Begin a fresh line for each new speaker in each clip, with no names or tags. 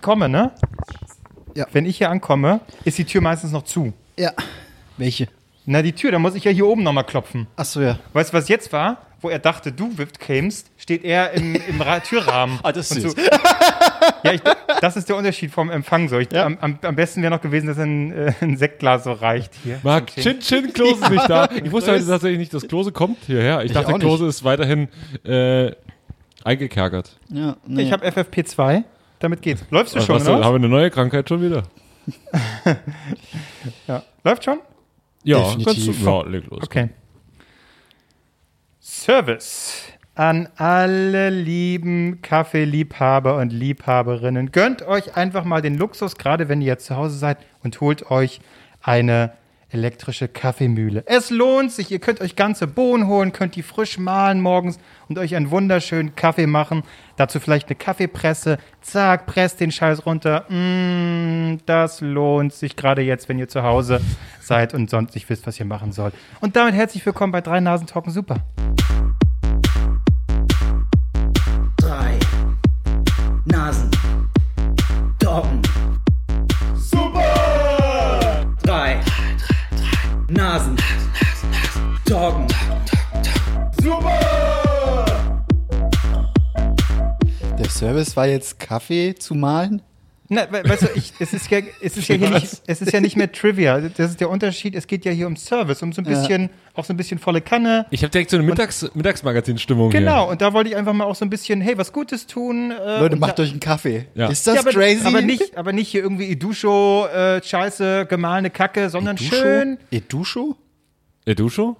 komme, ne?
Ja.
Wenn ich hier ankomme, ist die Tür meistens noch zu.
Ja. Welche?
Na, die Tür, da muss ich ja hier oben nochmal klopfen.
Achso, ja.
Weißt du, was jetzt war? Wo er dachte, du wippt kämst, steht er im, im Ra Türrahmen.
Ah, das ist
Und
süß.
ja, ich, das ist der Unterschied vom Empfang. So. Ich,
Ja.
am, am, am besten wäre noch gewesen, dass ein, äh, ein Sektglas so reicht hier.
Marc, Chin Chin Klose ist nicht da. Ich wusste heute tatsächlich nicht, dass Klose kommt hierher. Ich,
auch
dachte,
nicht.
Klose ist weiterhin äh, eingekerkert.
ja nee.
Ich habe FFP2, damit geht's. Läufst du
Was,
schon,
Äh, was,
oder?
haben wir eine neue Krankheit schon wieder?
Ja. Läuft schon?
Ja,
Definitiv.
ganz- ja, leg los.
Okay. Service an alle lieben Kaffeeliebhaber und Liebhaberinnen. Gönnt euch einfach mal den Luxus, gerade wenn ihr jetzt zu Hause seid, und holt euch eine elektrische Kaffeemühle. Es lohnt sich. Ihr könnt euch ganze Bohnen holen, könnt die frisch mahlen morgens und euch einen wunderschönen Kaffee machen. Dazu vielleicht eine Kaffeepresse. Zack, presst den Scheiß runter. Mm, das lohnt sich gerade jetzt, wenn ihr zu Hause seid und sonst nicht wisst, was ihr machen sollt. Und damit herzlich willkommen bei Drei Nasen Talken Super.
drei Nasen. Doggen. Super! Drei Nasen. Doggen.
Der Service war jetzt Kaffee zu mahlen?
Na, we weißt du, ich, es ist ja, es ist ja hier nicht, es ist ja nicht mehr Trivia. Das ist der Unterschied. Es geht ja hier um Service, um so ein bisschen, auch so ein bisschen volle Kanne.
Ich habe direkt so eine Mittags Mittagsmagazin-Stimmung
Genau. Und da wollte ich einfach mal auch so ein bisschen, hey, was Gutes tun. Äh,
Leute,
und
macht
da,
euch einen Kaffee.
Ja.
Ist das
ja, aber,
crazy?
Aber nicht, aber nicht hier irgendwie Idusho, äh, Scheiße, gemahlene Kacke, sondern
Duscho?
schön.
Edusho?
hier. Äh, du schon?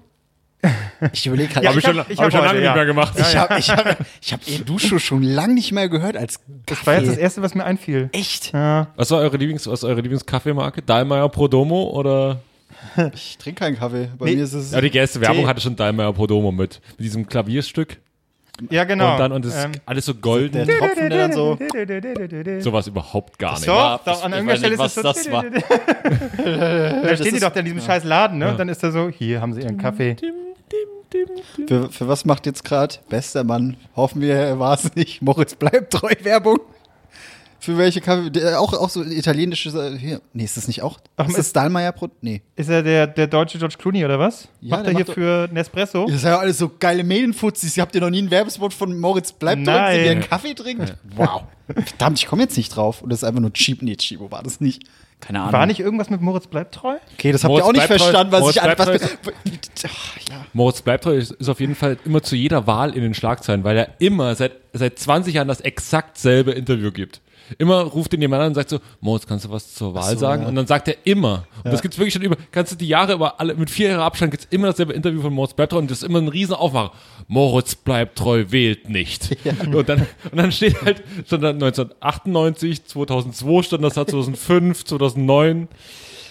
Ich überlege gerade.
Ja,
ich
ich hab- ich hab heute, ja.
gemacht.
ich habe ich hab, ich hab Edusho schon lange nicht mehr gehört als
Das war jetzt das
Kaffee.
Erste, was mir einfiel.
Echt?
Was war eure Lieblings was ist eure Lieblingskaffeemarke? Dahlmeier Prodomo oder
Ich trinke keinen Kaffee. Bei
Nee.
mir ist es.
Ja, die erste Werbung
Tee.
hatte schon Dahlmeier Prodomo mit mit diesem Klavierstück
Ja, genau.
und dann und das
Ähm,
ist alles so golden.
der Tropfen, der dann so.
Sowas überhaupt gar nicht.
Doch,
das-
doch, an
ich
irgendeiner
weiß
Stelle
nicht,
ist das so.
was das war.
da stehen die
ist-
doch dann in diesem scheiß Laden, ne? Und dann ist da so, hier haben sie ihren Kaffee.
Für, für was macht jetzt gerade bester Mann? Hoffen wir, er war es nicht. Moritz bleibt treu. Werbung. Für welche Kaffee? Der, auch, auch so italienische. äh, Hier. Nee, ist das nicht auch?
Ach,
ist das
ist-
Dahlmeier Brot? Nee.
Ist er der, der deutsche George Clooney oder was?
Ja,
macht
der
er hier
macht doch-
für Nespresso?
Das sind ja alles so geile Medienfuzis. Habt ihr noch nie ein Werbespot von Moritz bleibt
Nein.
treu, wenn ihr einen Kaffee trinkt? Wow. Verdammt, ich komme jetzt nicht drauf. Und das ist einfach nur Cheap. Nee, Chibo war das nicht. Keine Ahnung.
War nicht irgendwas mit Moritz bleibt treu?
Okay, das habt
Moritz
ihr auch nicht
bleibt treu.
verstanden, was
Moritz
ich an,
bleibt
was
treu.
Ach, ja.
Moritz bleibt treu ist ist auf jeden Fall immer zu jeder Wahl in den Schlagzeilen, weil er immer seit, seit 20 Jahren das exakt selbe Interview gibt. Immer ruft ihn jemand an und sagt so, Moritz, kannst du was zur Wahl sagen? Und dann sagt er immer, und das gibt's wirklich schon über, kannst du die Jahre über alle, mit vier Jahren Abstand gibt's immer dasselbe Interview von Moritz bleibt treu und das ist immer ein riesen Aufmacher. Moritz bleibt treu, wählt nicht. Und, dann, und dann steht halt, stand dann 1998, 2002 stand das da, 2005, 2009,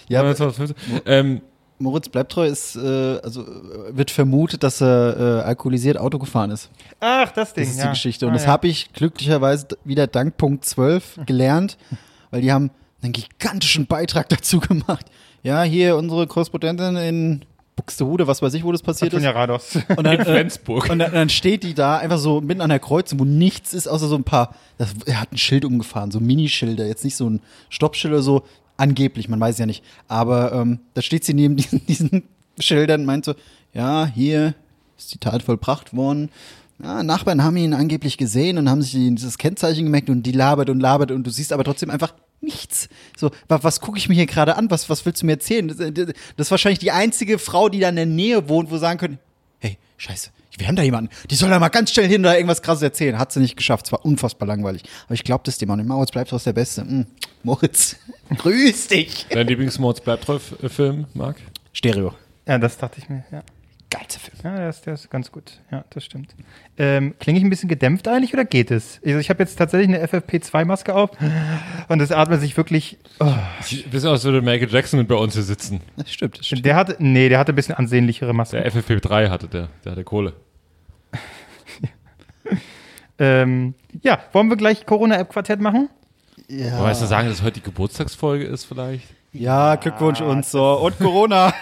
Ja, aber-
2015. Ähm,
Moritz bleibt treu ist, äh, also äh, wird vermutet, dass er äh, alkoholisiert Auto gefahren ist.
Ach, das Ding.
Das ist
ja.
die Geschichte. Und
Ah,
das
ja.
habe ich glücklicherweise d- wieder dank Punkt 12 gelernt, weil die haben einen gigantischen Beitrag dazu gemacht. Ja, hier unsere Korrespondentin in Buxtehude, was weiß ich, wo das passiert ist.
Antonia Rados.
Und dann, äh,
in Flensburg.
Und dann, dann steht die da einfach so mitten an der Kreuzung, wo nichts ist, außer so ein paar. Das, er hat ein Schild umgefahren, so Minischilder, jetzt nicht so ein Stoppschild oder so, angeblich, man weiß ja nicht. Aber ähm, da steht sie neben diesen, diesen Schildern und meint so: Ja, hier ist die Tat vollbracht worden. Ja, Nachbarn haben ihn angeblich gesehen und haben sich dieses Kennzeichen gemerkt und die labert und labert und du siehst aber trotzdem einfach nichts. So, wa- was gucke ich mir hier gerade an? Was, was willst du mir erzählen? Das, das ist wahrscheinlich die einzige Frau, die da in der Nähe wohnt, wo sagen können, hey, scheiße, wir haben da jemanden, die soll da mal ganz schnell hin und da irgendwas krasses erzählen. Hat sie nicht geschafft, es war unfassbar langweilig. Aber ich glaube das dem auch nicht. Moritz bleibt aus der Beste. Hm, Moritz, grüß dich.
Dein Lieblingsmords bleibt treu F- äh, Film, Marc?
Stereo.
Ja, das dachte ich mir. Ja,
Geilster Film.
ja der, ist, der ist ganz gut. Ja, das stimmt. Ähm, Klinge ich ein bisschen gedämpft eigentlich oder geht es? Also ich habe jetzt tatsächlich eine FFP2-Maske auf und das atmet sich wirklich. Oh,
Sieht ein bisschen aus, als würde Michael Jackson mit bei uns hier sitzen.
Das stimmt, das stimmt.
der hatte, nee, der hatte ein bisschen ansehnlichere Maske.
Der FFP3 hatte der, der hatte Kohle.
Ähm, ja, wollen wir gleich Corona-App-Quartett machen?
Ah. Weißt du, sagen, dass heute die Geburtstagsfolge ist vielleicht?
Ja, Glückwunsch und so. Und Corona.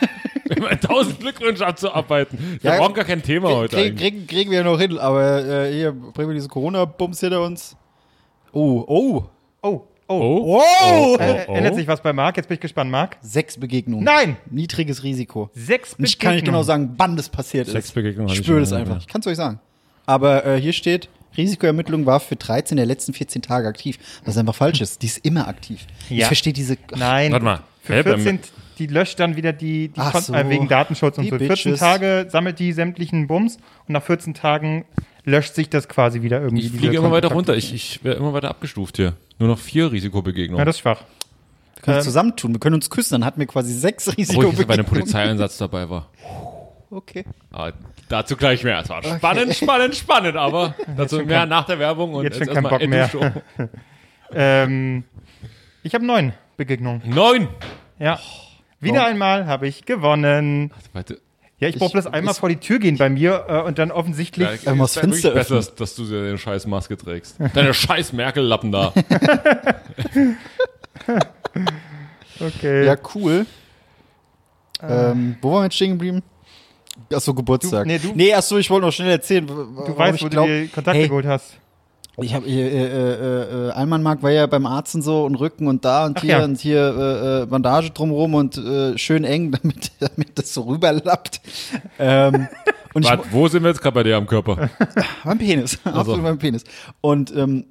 Immer tausend Glückwünsche abzuarbeiten. Wir
Ja,
brauchen gar kein Thema heute
Krieg,
eigentlich.
kriegen, kriegen wir noch hin, aber äh, hier bringen wir diese Corona-Bums hinter uns. Oh, oh.
Oh, oh,
Oh.
Wow!
Äh, ändert sich was bei Marc? Jetzt bin ich gespannt, Marc.
Sechs Begegnungen.
Nein!
Niedriges Risiko.
Sechs
Und ich kann nicht
Begegnungen.
genau sagen, wann das passiert ist.
Sechs Begegnungen
Ich
hatte ich
spüre
schon
das
mal,
einfach.
ja.
Ich kann es euch sagen. Aber äh, hier steht, Risikoermittlung war für 13 der letzten 14 Tage aktiv. Was einfach falsch ist. Die ist immer aktiv. Ich
Ja.
verstehe diese. Ach,
Nein.
Warte mal.
Für
Hä, beim-
14, die löscht dann wieder die, die
Ach
Kon-
so.
äh, wegen Datenschutz und
Die
so. 14
Bitches.
Tage sammelt die sämtlichen Bums und nach 14 Tagen löscht sich das quasi wieder irgendwie.
Ich
diese
fliege immer weiter
Kontakte.
runter. Ich, ich werde immer weiter abgestuft hier. Nur noch vier Risikobegegnungen.
Ja, das ist schwach.
Wir können uns
Ähm.
zusammentun. Wir können uns küssen. Dann hatten wir quasi sechs
Obwohl ich jetzt bei einem
Risikobegegnungen.
Polizeieinsatz dabei war.
Okay.
Aber dazu gleich mehr. Es war spannend, spannend, spannend, aber dazu mehr nach der Werbung und
jetzt schon
erstmal
keinen Bock
Ende Show.
Ähm, ich habe neun Begegnungen.
Neun!
Ja.
Oh,
Wieder einmal habe ich gewonnen.
Warte,
Ja, ich brauche
Ich-
bloß einmal
ich-
vor die Tür gehen bei mir äh, und dann offensichtlich.
ja,
man muss
ist wirklich
Fenster öffnen.
besser, dass, dass du dir deine scheiß Maske trägst. Deine scheiß Merkel-Lappen da.
Okay.
Ja, cool. Ähm, wo waren wir jetzt stehen geblieben? Achso, Geburtstag.
Du- nee, du-
nee achso, ich wollte noch schnell erzählen.
du weißt, wo du die Kontakte
hey,
geholt hast.
Ich habe äh, äh, äh, äh, Almanmark war ja beim Arzt und so und Rücken und da und
Ach
hier
ja.
und hier äh, äh, Bandage drumrum und äh, schön eng, damit, damit das so rüberlappt. Ähm, und ich,
Warte, wo sind wir jetzt gerade bei dir am Körper?
mein Penis, absolut mein Penis. Und ähm,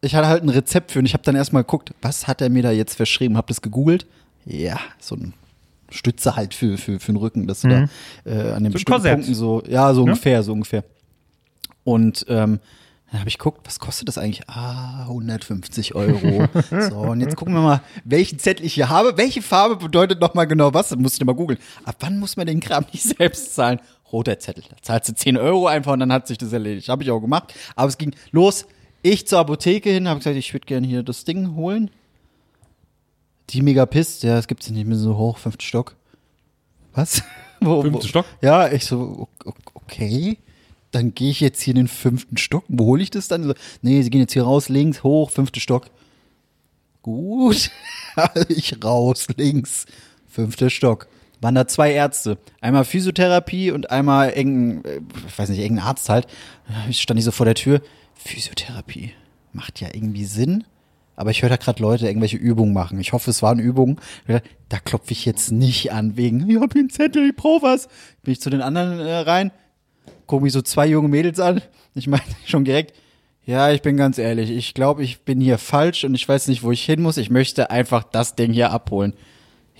ich hatte halt ein Rezept für und ich habe dann erstmal geguckt, was hat er mir da jetzt verschrieben? Hab das gegoogelt. Ja, so ein Stütze halt für, für, für den Rücken, dass du da äh, an
Mhm.
den bestimmten
Korsett. Ne?
Punkten so, ja, so ungefähr, so ungefähr. Und ähm, dann habe ich geguckt, was kostet das eigentlich? Ah, 150 Euro. so, und jetzt gucken wir mal, welchen Zettel ich hier habe. Welche Farbe bedeutet nochmal genau was? Das muss ich mal googeln. Ab wann muss man den Kram nicht selbst zahlen? Roter Zettel. Da zahlst du 10 Euro einfach und dann hat sich das erledigt. Habe ich auch gemacht. Aber es ging los. Ich zur Apotheke hin, habe gesagt, ich würde gerne hier das Ding holen. Die Megapiss, ja, das gibt's nicht mehr so hoch, fünften Stock. Was? Wo, wo-
Fünften Stock?
Ja, ich so, o- o- okay, dann gehe ich jetzt hier in den fünften Stock. Wo hole ich das dann? So, nee, sie gehen jetzt hier raus, links, hoch, fünften Stock. Gut, ich raus, links, fünfter Stock. Waren da zwei Ärzte. Einmal Physiotherapie und einmal irgendein, äh, ich weiß nicht, irgendein Arzt halt. Ich stand ich so vor der Tür. Physiotherapie macht ja irgendwie Sinn. Aber ich höre da gerade Leute irgendwelche Übungen machen. Ich hoffe, es waren Übungen. Da klopfe ich jetzt nicht an wegen, ich habe hier einen Zettel, ich brauche was. Bin ich zu den anderen äh, rein, gucke mich so zwei junge Mädels an. Ich meine schon direkt, ja, ich bin ganz ehrlich, ich glaube, ich bin hier falsch und ich weiß nicht, wo ich hin muss. Ich möchte einfach das Ding hier abholen.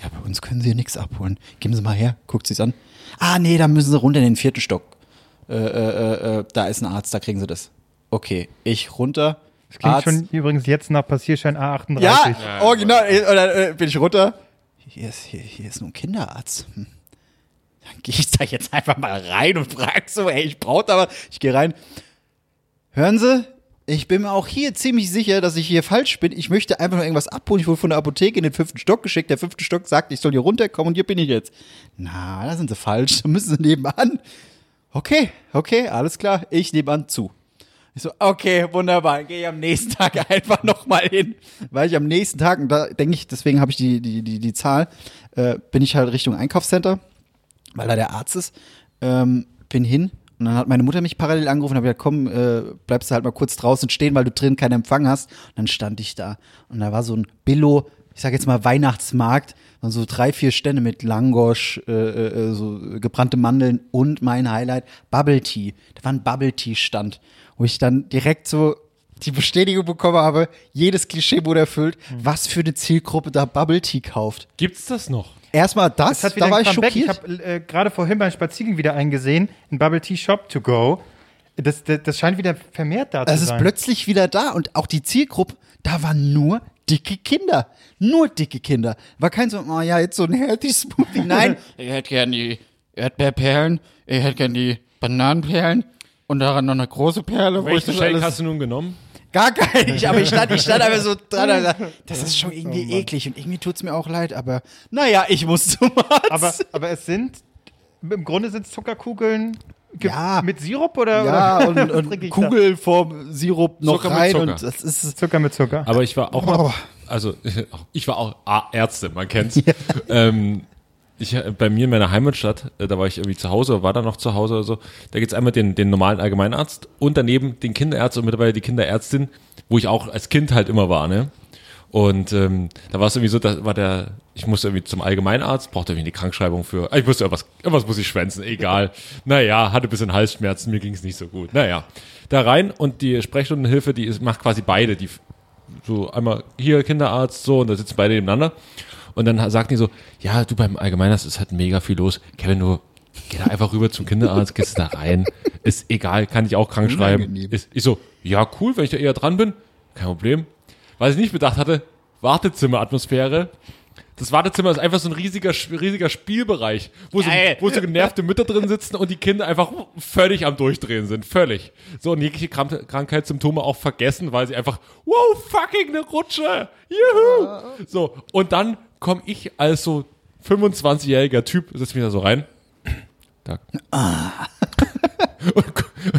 Ja, bei uns können sie hier nichts abholen. Geben Sie mal her, guckt sie's an. Ah, nee, da müssen sie runter in den vierten Stock. Äh, äh, äh, äh, da ist ein Arzt, da kriegen sie das. Okay, ich runter.
Das klingt
Arzt.
schon übrigens jetzt nach Passierschein A38.
Ja, original. Äh, Oder äh, bin ich runter? Hier ist, hier, hier ist nur ein Kinderarzt. Hm. Dann gehe ich da jetzt einfach mal rein und frage so, ey, ich brauche aber. Ich gehe rein. Hören Sie, ich bin mir auch hier ziemlich sicher, dass ich hier falsch bin. Ich möchte einfach nur irgendwas abholen. Ich wurde von der Apotheke in den fünften Stock geschickt. Der fünfte Stock sagt, ich soll hier runterkommen und hier bin ich jetzt. Na, da sind Sie falsch. Da müssen Sie nebenan. Okay, okay, alles klar. Ich nebenan zu. Ich so, okay, wunderbar, gehe ich am nächsten Tag einfach nochmal hin. Weil ich am nächsten Tag, und da denke ich, deswegen habe ich die, die, die, die Zahl, äh, bin ich halt Richtung Einkaufscenter, weil da der Arzt ist, ähm, bin hin. Und dann hat meine Mutter mich parallel angerufen und habe gesagt, komm, äh, bleibst du halt mal kurz draußen stehen, weil du drin keinen Empfang hast. Und dann stand ich da. Und da war so ein Billo, ich sage jetzt mal Weihnachtsmarkt, waren so drei, vier Stände mit Langosch, äh, äh, äh, so gebrannte Mandeln und mein Highlight, Bubble Tea. Da war ein Bubble Tea-Stand, wo ich dann direkt so die Bestätigung bekommen habe, jedes Klischee wurde erfüllt,
Mhm.
was für eine Zielgruppe da Bubble Tea kauft.
Gibt's das noch?
Erstmal das,
Es hat wieder
da war
ein
ich
Comeback.
schockiert.
Ich habe äh, gerade vorhin beim Spaziergang wieder eingesehen, ein Bubble Tea Shop to go. Das, das, das scheint wieder vermehrt da
Es
zu
ist
sein.
plötzlich wieder da und auch die Zielgruppe, da waren nur dicke Kinder. Nur dicke Kinder. War kein so, oh ja, jetzt so ein healthy Smoothie. Nein, ich hätte gern die Erdbeerperlen, ich hätte gern die Bananenperlen und daran noch eine große Perle. wo ich
Welchen
das
Shake
alles-
hast du nun genommen?
Gar kein nicht, aber ich stand, ich stand einfach so dran. und dachte, Oh Das ist schon irgendwie eklig und irgendwie tut's mir auch leid, aber naja, ich muss zum Arzt.
aber, aber es sind, im Grunde sind es Zuckerkugeln ge-
Ja.
mit Sirup oder?
Ah. ja,
oder
und,
was trinke
und
ich
Kugelform-Sirup noch
Zucker mit
rein
Zucker.
und das ist
da? Zucker mit Zucker.
Aber ich war auch mal, also ich war auch A- Ärzte, man kennt's. ähm, ich, äh, bei mir in meiner Heimatstadt, äh, da war ich irgendwie zu Hause, oder war da noch zu Hause oder so, da gibt's einmal den, den normalen Allgemeinarzt und daneben den Kinderärzt und mittlerweile die Kinderärztin, wo ich auch als Kind halt immer war, ne? Und ähm, da war es irgendwie so, da war der, ich musste irgendwie zum Allgemeinarzt, brauchte irgendwie eine Krankschreibung für, ich musste irgendwas, irgendwas muss ich schwänzen, egal. Naja, hatte ein bisschen Halsschmerzen, mir ging es nicht so gut. Naja, da rein und die Sprechstundenhilfe, die ist, macht quasi beide, die so einmal hier Kinderarzt, so und da sitzen beide nebeneinander. Und dann sagten die so, ja, du beim Allgemeinarzt ist halt mega viel los. Kevin, du geh da einfach rüber zum Kinderarzt, gehst da rein. Ist egal, kann ich auch krank schreiben.
Unangenehm.
Ist, ich so, ja, cool, wenn ich da eher dran bin. Kein Problem. Was ich nicht bedacht hatte, Wartezimmeratmosphäre. Das Wartezimmer ist einfach so ein riesiger, riesiger Spielbereich, wo so, Geil. wo so genervte Mütter drin sitzen und die Kinder einfach völlig am Durchdrehen sind. Völlig. So, und jegliche Krank Krankheitssymptome auch vergessen, weil sie einfach, wow, fucking eine Rutsche. Juhu. So, und dann komme ich als so 25-jähriger Typ, setz mich da so rein. Da. Und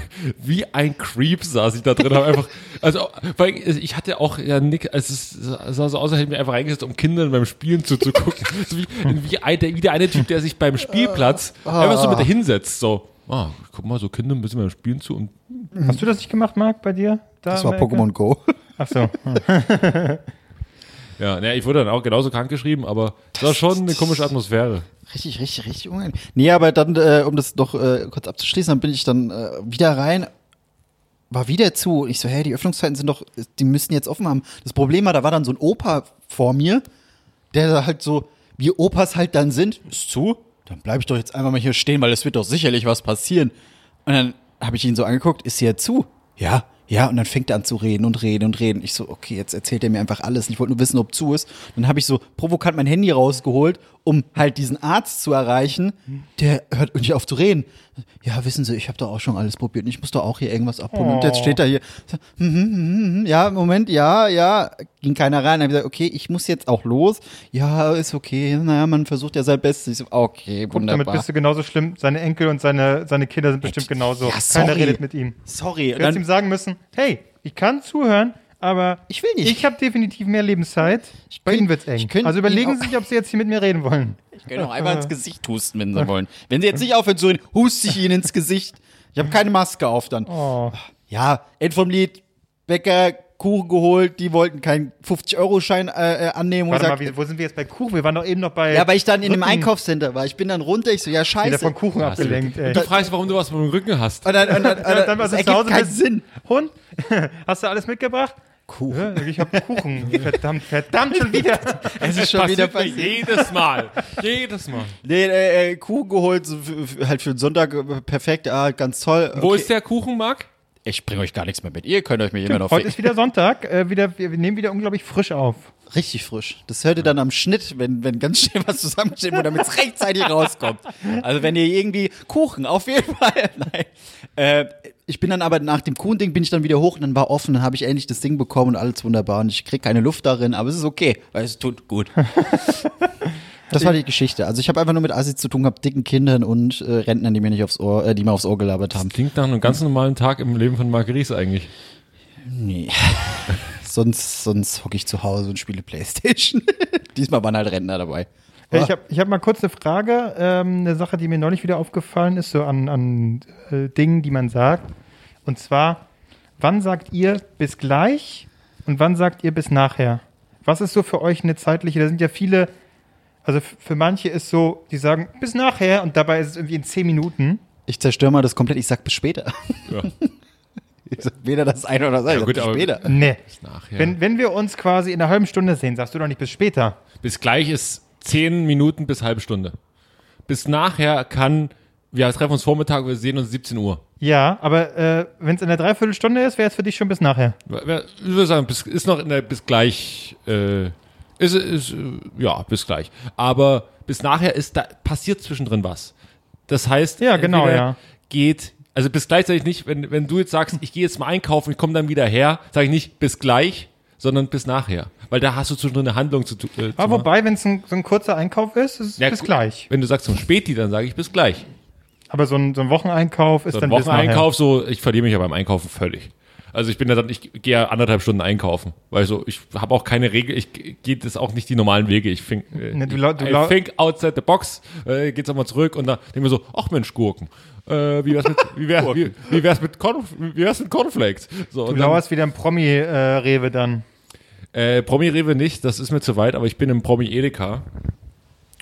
wie ein Creep saß ich da drin, hab einfach, also, weil ich hatte auch ja nick, also es ist- sah so aus, als hätte ich mir einfach reingesetzt, um Kindern beim Spielen zuzugucken. so wie, wie, ein, der, wie der eine Typ, der sich beim Spielplatz einfach so mit hinsetzt, so. Ah, guck mal, so Kinder ein bisschen beim Spielen zu und
Hast du das nicht gemacht, Marc, bei dir? Da
Das war
am Ecke?
Pokémon Go.
Ach so.
ja, naja, ich wurde dann auch genauso krank geschrieben, aber es war schon eine komische Atmosphäre.
Richtig, richtig, richtig unangenehm. Nee, aber dann, äh, um das noch äh, kurz abzuschließen, dann bin ich dann äh, wieder rein, war wieder zu. Und ich so, hey, die Öffnungszeiten sind doch, die müssen jetzt offen haben. Das Problem war, da war dann so ein Opa vor mir, der da halt so, wie Opas halt dann sind, ist zu, dann bleibe ich doch jetzt einfach mal hier stehen, weil es wird doch sicherlich was passieren. Und dann habe ich ihn so angeguckt, ist hier zu? Ja, ja, und dann fängt er an zu reden und reden und reden. Ich so, okay, jetzt erzählt er mir einfach alles. Und ich wollte nur wissen, ob zu ist. Dann habe ich so provokant mein Handy rausgeholt, um halt diesen Arzt zu erreichen. Der hört nicht auf zu reden. Ja, wissen Sie, ich habe da auch schon alles probiert und ich muss da auch hier irgendwas abholen. Und jetzt steht er hier. So, mhm, mhm, mhm, Ja, Moment, ja, ja. Ging keiner rein. Dann habe ich gesagt, okay, ich muss jetzt auch los. Ja, ist okay. Naja, man versucht ja sein Bestes. Ich so, okay,
Guck, damit
wunderbar.
bist du genauso schlimm. Seine Enkel und seine, seine Kinder sind bestimmt genauso.
Ja, sorry.
Keiner redet mit ihm.
Sorry.
Du hättest ihm sagen müssen, hey, ich kann zuhören, aber
Ich will nicht.
Ich habe definitiv mehr Lebenszeit. Bei
könnt-
Ihnen wird's
ich
eng.
könnt
also überlegen
ihn auch-
Sie sich, ob Sie jetzt hier mit mir reden wollen.
können auch einfach ins Gesicht husten, wenn sie wollen. Wenn sie jetzt nicht aufhören zu reden, huste ich ihnen ins Gesicht. Ich habe keine Maske auf dann.
Oh.
Ja, End vom Lied, Bäcker, Kuchen geholt, die wollten keinen 50-Euro-Schein äh, äh, annehmen und
Warte mal,
sagt,
wie, wo sind wir jetzt bei Kuchen? Wir waren doch eben noch bei.
ja, weil ich dann in einem
Rücken-
Einkaufscenter war. Ich bin dann runter, ich so, ja,
Wieder
scheiße.
von
Und
Kuchen abgelenkt, ey.
Du fragst, warum du was mit dem Rücken hast.
dann, und dann, und
Ja,
dann, das
warst du zu
ergibt
Hause
keinen
mit-
Sinn.
Hund, hast du alles mitgebracht?
Kuchen.
Ja, ich habe Kuchen. verdammt, verdammt schon wieder.
Es ist schon wieder
Passiert mir
passiert.
Jedes Mal. Jedes Mal.
Nee, äh, äh, Kuchen geholt, so f- f- halt für den Sonntag äh, perfekt, ah, ganz toll.
Wo ist der Kuchen, Marc?
Ich bringe euch gar nichts mehr mit. Ihr könnt euch mir immer noch
Heute ist wieder Sonntag. Äh, wieder, wir wir nehmen wieder unglaublich frisch auf.
Richtig frisch. Das hört ihr dann am Schnitt, wenn, wenn ganz schnell was zusammensteht, damit es rechtzeitig rauskommt. Also wenn ihr irgendwie Kuchen, auf jeden Fall. Nein. Äh, ich bin dann aber nach dem Kuchen-Ding bin ich dann wieder hoch und dann war offen, dann habe ich endlich das Ding bekommen und alles wunderbar und ich krieg keine Luft darin, aber es ist okay, weil es tut gut. Das war die Geschichte. Also ich habe einfach nur mit Assis zu tun gehabt, dicken Kindern und äh, Rentnern, die mir nicht aufs Ohr, äh, die mir aufs Ohr gelabert haben.
Klingt nach einem ganz normalen Tag im Leben von Marc Ries eigentlich.
Nee. sonst sonst hocke ich zu Hause und spiele Playstation. Diesmal waren halt Rentner dabei.
Äh, Ich habe ich hab mal kurz eine Frage, ähm, eine Sache, die mir neulich wieder aufgefallen ist, so an, an äh, Dingen, die man sagt. Und zwar, wann sagt ihr bis gleich und wann sagt ihr bis nachher? Was ist so für euch eine zeitliche? Da sind ja viele, also f- für manche ist so, die sagen bis nachher und dabei ist es irgendwie in zehn Minuten.
Ich zerstöre mal das komplett, ich sag bis später.
Ja.
Ich sag weder das eine oder das andere,
gut,
ich sag
aber-
bis später.
Nee.
Nachher.
Wenn, wenn wir uns quasi in einer halben Stunde sehen, sagst du doch nicht bis später.
bis gleich ist 10 Minuten bis halbe Stunde. Bis nachher kann, wir treffen uns Vormittag, wir sehen uns 17 Uhr.
Ja, aber äh, wenn es in der Dreiviertelstunde ist, wäre es für dich schon bis nachher.
Wer- Ich würde sagen, bis, ist noch in der bis gleich, äh, ist, ist, äh, ja, bis gleich. Aber bis nachher ist da, passiert zwischendrin was. Das heißt,
Ja, genau,
entweder
ja.
geht, also bis gleich sage ich nicht, wenn, wenn du jetzt sagst, ich gehe jetzt mal einkaufen, ich komme dann wieder her, sage ich nicht bis gleich, sondern bis nachher. Weil da hast du zwischendrin eine Handlung zu tun. Äh, zu
Aber
machen.
wobei, wenn es ein, so ein kurzer Einkauf ist, ist es
Ja,
bis
gu-
gleich.
Wenn du sagst zum Späti, dann sage ich bis gleich.
Aber so ein, so ein Wocheneinkauf ist
So ein
dann bis
Wocheneinkauf, so, ich verliere mich ja beim Einkaufen völlig. Also ich bin ja dann, ich gehe ja anderthalb Stunden einkaufen, weil so, ich habe auch keine Regel, ich gehe das auch nicht die normalen Wege. Ich think, äh,
Ne, du lau- du
I
lau-
think outside the box, äh, geht's auch mal zurück und dann denke ich mir so, ach Mensch, Gurken. Äh, wie, wär's mit, wie, wär, wie, wie wär's mit Corn, wie wär's mit Cornflakes? So,
nachher.
und
Du
dann-
lauerst wieder ein Promi-Rewe dann.
Äh, Promi-Rewe nicht, das ist mir zu weit, aber ich bin im Promi-Edeka,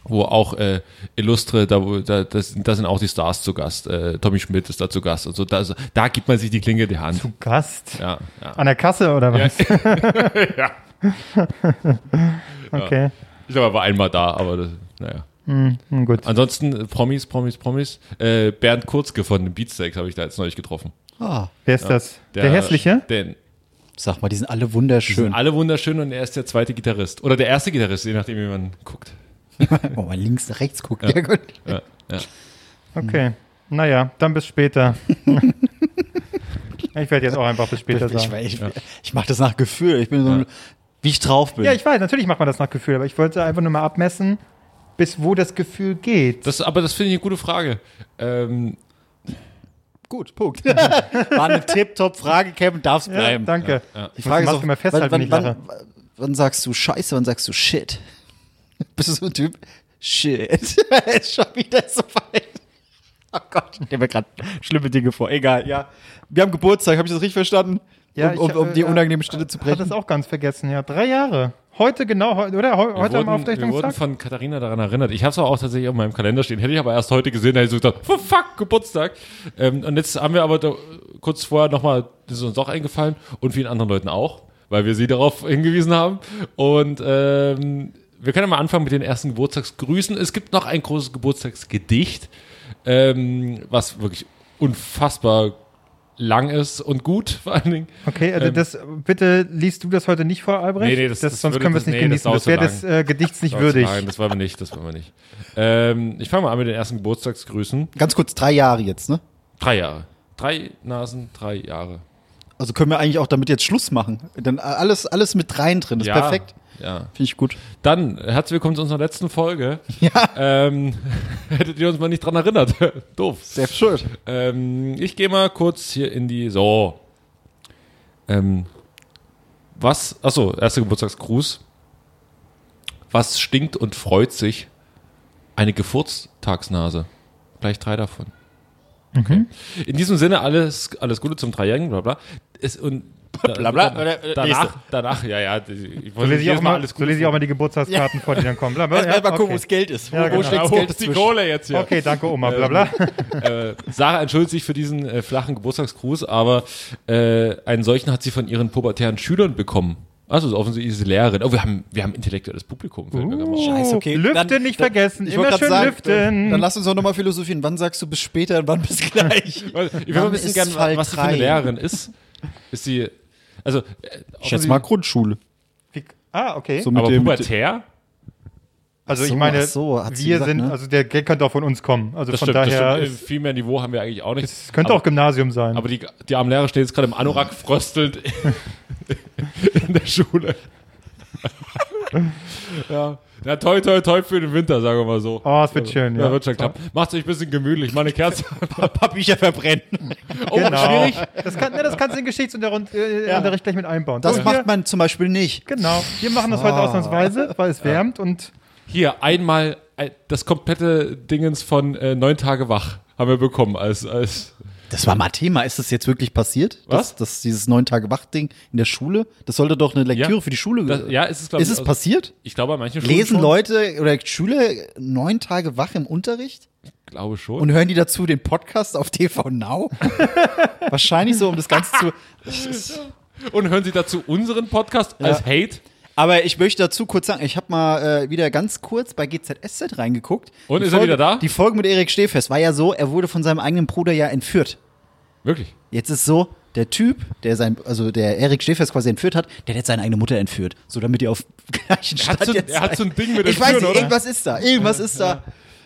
wo auch äh, Illustre, da, wo- da, das, da sind auch die Stars zu Gast. Äh, Tommy Schmidt ist da zu Gast. Also da, da gibt man sich die Klinge in die Hand.
Zu Gast.
Ja, ja.
An der Kasse oder was?
ja.
Okay.
Ich glaube, er war einmal da, aber das, naja.
Hm, gut.
Ansonsten äh, Promis, Promis, Promis. Äh, Bernd Kurzke von den Beatsteaks habe ich da jetzt neulich getroffen.
Ah,
Wer ist das? Der, hässliche?
Den,
sag mal, die sind alle
sind
wunderschön.
alle wunderschön und er ist der zweite Gitarrist. Oder der erste Gitarrist, je nachdem, wie man guckt.
oh, mal links nach rechts guckt. Ja. gut.
Ja, ja.
Okay.
Hm.
Naja, dann bis später. ich werde jetzt auch einfach bis später
Ich,
sagen.
ich, ich mache das nach Gefühl. Ich bin so, ein- wie ich drauf bin.
Ja, ich weiß, natürlich macht man das nach Gefühl, aber ich wollte einfach nur mal abmessen, bis wo das Gefühl geht.
Das, aber das finde ich eine gute Frage. Ähm,
gut, Punkt. War eine Tip-Top-Frage, Kevin, darf's
Ja,
bleiben.
danke.
Die
muss die Maske immer festhalten, wenn ich
wann,
lache.
wann, wann sagst du Scheiße, wann sagst du Shit? Bist du so ein Typ? Shit. ist schon wieder so weit. Oh Gott, ich nehme mir gerade schlimme Dinge vor. Egal, ja. Wir haben Geburtstag, habe ich das richtig verstanden?
Ja,
um, um,
ich,
um
äh,
die
ja,
unangenehme Stunde zu
Ich hatte
brechen.
das auch ganz vergessen, ja. Drei Jahre. Heute genau, heu, oder? Heu,
wir
heute am
wurden, wir wurden
Aufrechnungstag?
von Katharina daran erinnert. Ich habe es auch tatsächlich auf meinem Kalender stehen. Hätte ich aber erst heute gesehen, hätte ich so gedacht, oh, fuck, Geburtstag. Ähm, und jetzt haben wir aber da, kurz vorher nochmal, das ist uns auch eingefallen und vielen anderen Leuten auch, weil wir sie darauf hingewiesen haben. Und ähm, wir können ja mal anfangen mit den ersten Geburtstagsgrüßen. Es gibt noch ein großes Geburtstagsgedicht, ähm, was wirklich unfassbar lang ist und gut vor allen Dingen.
Okay, also das, bitte liest du das heute nicht vor, Albrecht?
Ähm, Nee, nee, das- das
sonst
würde-
können wir es
das-
nicht
nee, das
genießen. Das,
dauert
wäre
zu
des äh, Gedichts nicht
Dort
würdig.
zu fragen. Das wollen wir nicht, das wollen wir nicht. Ähm, ich fange mal an mit den ersten Geburtstagsgrüßen.
Ganz kurz, drei Jahre jetzt, ne?
Drei Jahre. Drei Nasen, drei Jahre.
Also können wir eigentlich auch damit jetzt Schluss machen. Dann alles, alles mit rein drin, ist
ja,
perfekt.
Ja.
Finde ich gut.
Dann, herzlich willkommen zu unserer letzten Folge.
Ja,
Ähm, hättet ihr uns mal nicht dran erinnert. Doof.
selbst schuld.
Ähm, ich gehe mal kurz hier in die. So. Ähm, was? Achso, erster Geburtstagsgruß. Was stinkt und freut sich? Eine Geburtstagsnase. Gleich drei davon. Okay. In diesem Sinne alles, alles Gute zum Dreijährigen, bla bla. Ist, und
Bla, bla,
da-
äh, äh,
danach,
nächste.
danach, ja, ja. Ich
So
wollte
lese ich, auch
jedes Mal
mal,
alles
so
Gute.
lese ich auch mal die Geburtstagskarten vor, die dann kommen. Bla, bla,
Erstmal mal
ja,
gucken, wo
okay.
das Geld ist. Wo,
Ja,
wo
genau.
steckt das
Wo
Geld
ist die
dazwischen?
Kohle jetzt hier?
okay, danke Oma,
Ähm,
bla bla.
äh, Sarah entschuldigt sich für diesen äh, flachen Geburtstagsgruß, aber äh, einen solchen hat sie von ihren pubertären Schülern bekommen. Also so offensichtlich ist sie Lehrerin. Oh, wir haben, wir haben intellektuelles Publikum. fällt mir
Uh.
gerade mal auf.
Scheiße, okay.
Lüften nicht vergessen.
wollte
Immer
grad
schön lüften.
Dann, dann lass uns doch nochmal philosophieren. Wann sagst du bis später und wann bis gleich?
Also, Ich will mal
Wann
wissen,
ist
gern,
Fall
was sie für eine
drei?
Lehrerin ist. Ist sie, also, äh,
Ich
offensichtlich-
schätze mal Grundschule.
Wie- Ah, okay.
So mit
aber
dem-
pubertär?
also ich
so,
meine,
ach so, hat sie
wir
gesagt,
sind,
ne?
also der Gag könnte auch von uns kommen. Also
Das
von
stimmt,
daher,
das stimmt.
ist-
Äh, viel mehr Niveau haben wir eigentlich auch nicht.
es könnte
aber,
auch Gymnasium sein.
Aber die, die armen Lehrer stehen jetzt gerade im Anorak fröstelnd in der Schule. ja. Na, toi, toi, toi für den Winter, sagen wir mal so.
Oh, es wird schön,
Ja,
ja.
wird schon klappen. Macht's euch ein bisschen gemütlich. Meine Kerze.
Ein paar Bücher verbrennen.
Oh, schwierig.
Genau. Das, kann, ne, das kannst du in Geschichtsunterricht äh, Unterricht gleich mit einbauen.
Das
So, wir-
macht Ah. man zum Beispiel nicht.
Genau. Wir machen das heute ausnahmsweise, weil es wärmt und
Hier, einmal ein- das komplette Dingens von äh, neun Tage wach haben wir bekommen. Als, als
Das war mal Thema. Ist das jetzt wirklich passiert? Das,
Was?
das, dieses neun Tage Wach-Ding in der Schule? Das sollte doch eine Lektüre
Ja.
für die Schule
das, ja, ist es, glaube
Ist es passiert?
Ich also glaube, an manchen Schulen
Lesen
schon.
Leute oder Schüler neun Tage wach im Unterricht?
Ich glaube schon.
Und hören die dazu den Podcast auf TV Now? Wahrscheinlich so, um das Ganze zu.
Und hören Sie dazu unseren Podcast als Hate?
Aber ich möchte dazu kurz sagen, ich habe mal äh, wieder ganz kurz bei GZSZ reingeguckt.
Und
die
ist er
Folge,
wieder da?
Die Folge mit Erik Stehfest war ja so, er wurde von seinem eigenen Bruder ja entführt.
Wirklich.
Jetzt ist so, der Typ, der sein, also der Erik Stehfest quasi entführt hat, der hat jetzt seine eigene Mutter entführt. So, damit ihr auf gleichen
Er hat
Stand
so-
jetzt
er hat
seid.
so ein Ding mit
Ich weiß
Entführen,
nicht,
oder?
irgendwas ist da, irgendwas ist da.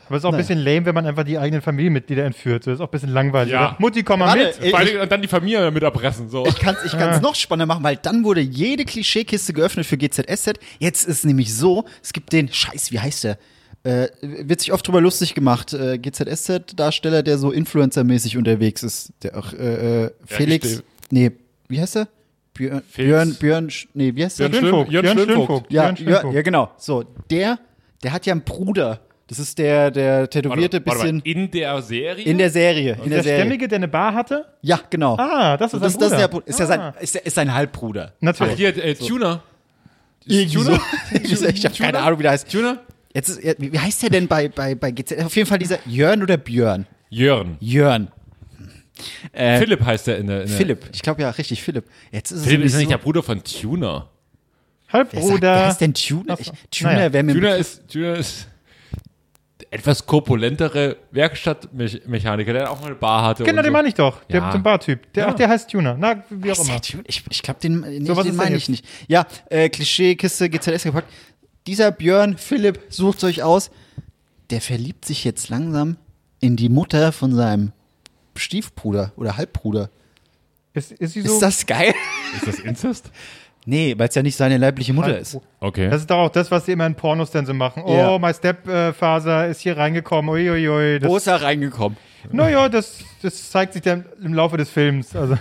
aber es ist auch ein bisschen lame, wenn man einfach die eigenen Familienmitglieder entführt. So, Das ist auch ein bisschen langweilig.
Ja.
oder? Mutti, komm mal
Warte,
mit.
ich-
Vor allen Dingen dann die Familie damit erpressen. So.
Ich kann es ich kann's noch spannender machen, weil dann wurde jede Klischeekiste geöffnet für GZSZ. Jetzt ist nämlich so, es gibt den, scheiß, wie heißt der? Äh, wird sich oft drüber lustig gemacht. Äh, GZSZ-Darsteller, der so Influencer-mäßig unterwegs ist. Der auch, äh, äh, Felix.
verstehe.
nee, wie heißt der? Björn, Björn, Björn, Sch- nee, wie heißt der?
Björn Schönvogt.
Jörn Schönvogt.
Ja,
Jörn Schönvogt.
ja, ja, genau. So, der, der hat ja einen Bruder. Das ist der, der tätowierte
Warte mal,
bisschen
in der Serie?
in der Serie. In der
Der
Serie.
Stämmige, der eine Bar hatte?
Ja, genau.
Ah, das ist
das,
sein
das ist,
Bruder.
der, Bruder- ist, ja sein, ist, ist sein Halbbruder.
Ach,
Natürlich.
hier, äh, Tuner.
Irgendwie so. Ich, ich habe keine
Tuner?
Ahnung, wie der heißt.
Tuner?
Jetzt ist, er- wie wie heißt der denn bei, bei, bei GZ? Auf jeden Fall dieser Jörn oder Björn?
Jörn.
Jörn. Äh,
Philipp heißt der in der. In der
Philipp. Ich glaube ja, richtig, Philipp. Jetzt ist
Philipp
es
ist nicht
so-
der Bruder von Tuner.
Wer, sagt, wer
Halbbruder.
heißt denn Tuner? Ich,
Ach so.
Tuner
Naja.
wäre mir
Tuner ist, Tuner ist der etwas korpulentere Werkstattmechaniker, der auch mal eine Bar hatte.
Genau,
und
den
so.
meine ich doch. Der
Ja.
zum Bartyp. Der,
Ja.
Ach, der heißt Tuner. Na, wie auch
Ist
immer.
der Tune? Ich, ich glaube, den, nee,
So, was
den
ist
meine
der
ich nicht. Ja, äh, Klischeekiste GZS gepackt. Dieser Björn Philipp sucht euch aus. Der verliebt sich jetzt langsam in die Mutter von seinem Stiefbruder oder Halbbruder.
Ist, ist sie so?
Ist das geil?
Ist das Incest?
Nee, weil es ja nicht seine leibliche Mutter
Halt.
ist.
Okay.
Das ist doch auch das, was sie immer in Pornos dann so machen. Oh,
Ja.
mein Stepfather ist hier reingekommen. Uiuiui. Das,
ist er reingekommen?
naja, das, das zeigt sich dann im Laufe des Films. Also,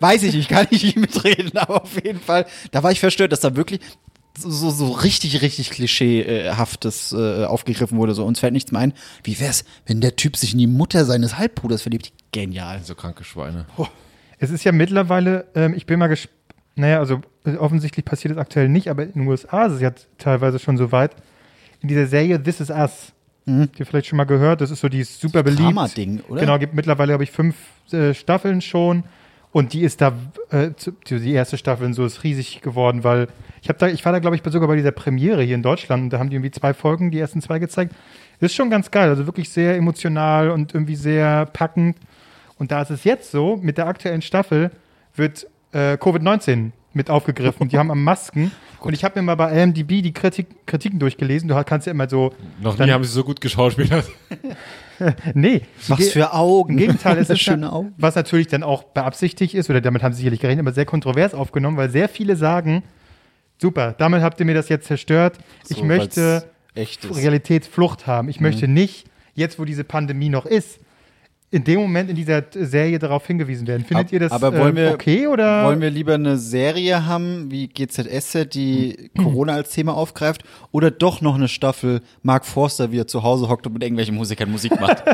Weiß ich, ich kann nicht mitreden, aber auf jeden Fall, da war ich verstört, dass da wirklich so, so, so richtig, richtig klischeehaftes äh, aufgegriffen wurde. So, uns fällt nichts mehr ein. Wie wär's, wenn der Typ sich in die Mutter seines Halbbruders verliebt? Genial.
so kranke Schweine.
es ist ja mittlerweile, ähm, ich bin mal gespannt. Naja, also äh, offensichtlich passiert es aktuell nicht, aber in den USA ist es ja teilweise schon so weit. In dieser Serie This Is Us, habt ihr vielleicht schon mal gehört, das ist so die ist super beliebt.
Mhm. Drama-Ding, oder?
Genau, gibt mittlerweile, glaube ich, fünf äh, Staffeln schon. Und die ist da, äh, zu- die die erste Staffel und so ist riesig geworden, weil ich habe da, ich war da, glaube ich, sogar bei dieser Premiere hier in Deutschland und da haben die irgendwie zwei Folgen, die ersten zwei gezeigt. Das ist schon ganz geil, also wirklich sehr emotional und irgendwie sehr packend. Und da ist es jetzt so, mit der aktuellen Staffel wird äh, Covid-19 mit aufgegriffen. Die haben am Masken. und ich habe mir mal bei IMDb die Kritik, Kritiken durchgelesen. Du kannst ja immer so,
Noch nie
Dann-
haben sie so gut geschauspielert.
nee.
Was
die-
für Augen.
Im Gegenteil, es ist
schöne
ja-
Augen.
was natürlich dann auch beabsichtigt ist, oder damit haben sie sicherlich gerechnet, aber sehr kontrovers aufgenommen, weil sehr viele sagen, super, damit habt ihr mir das jetzt zerstört. ich möchte
Echt.
Realitätsflucht haben.
Mhm.
Ich möchte nicht, jetzt wo diese Pandemie noch ist, in dem Moment in dieser äh, Serie darauf hingewiesen werden. Findet
Ab-
ihr das
aber wollen
äh,
wir-
okay oder?
Wollen wir lieber eine Serie haben, wie GZS, die Corona als Thema aufgreift, oder doch noch eine Staffel Mark Forster, wie er zu Hause hockt und mit irgendwelchen Musikern Musik macht?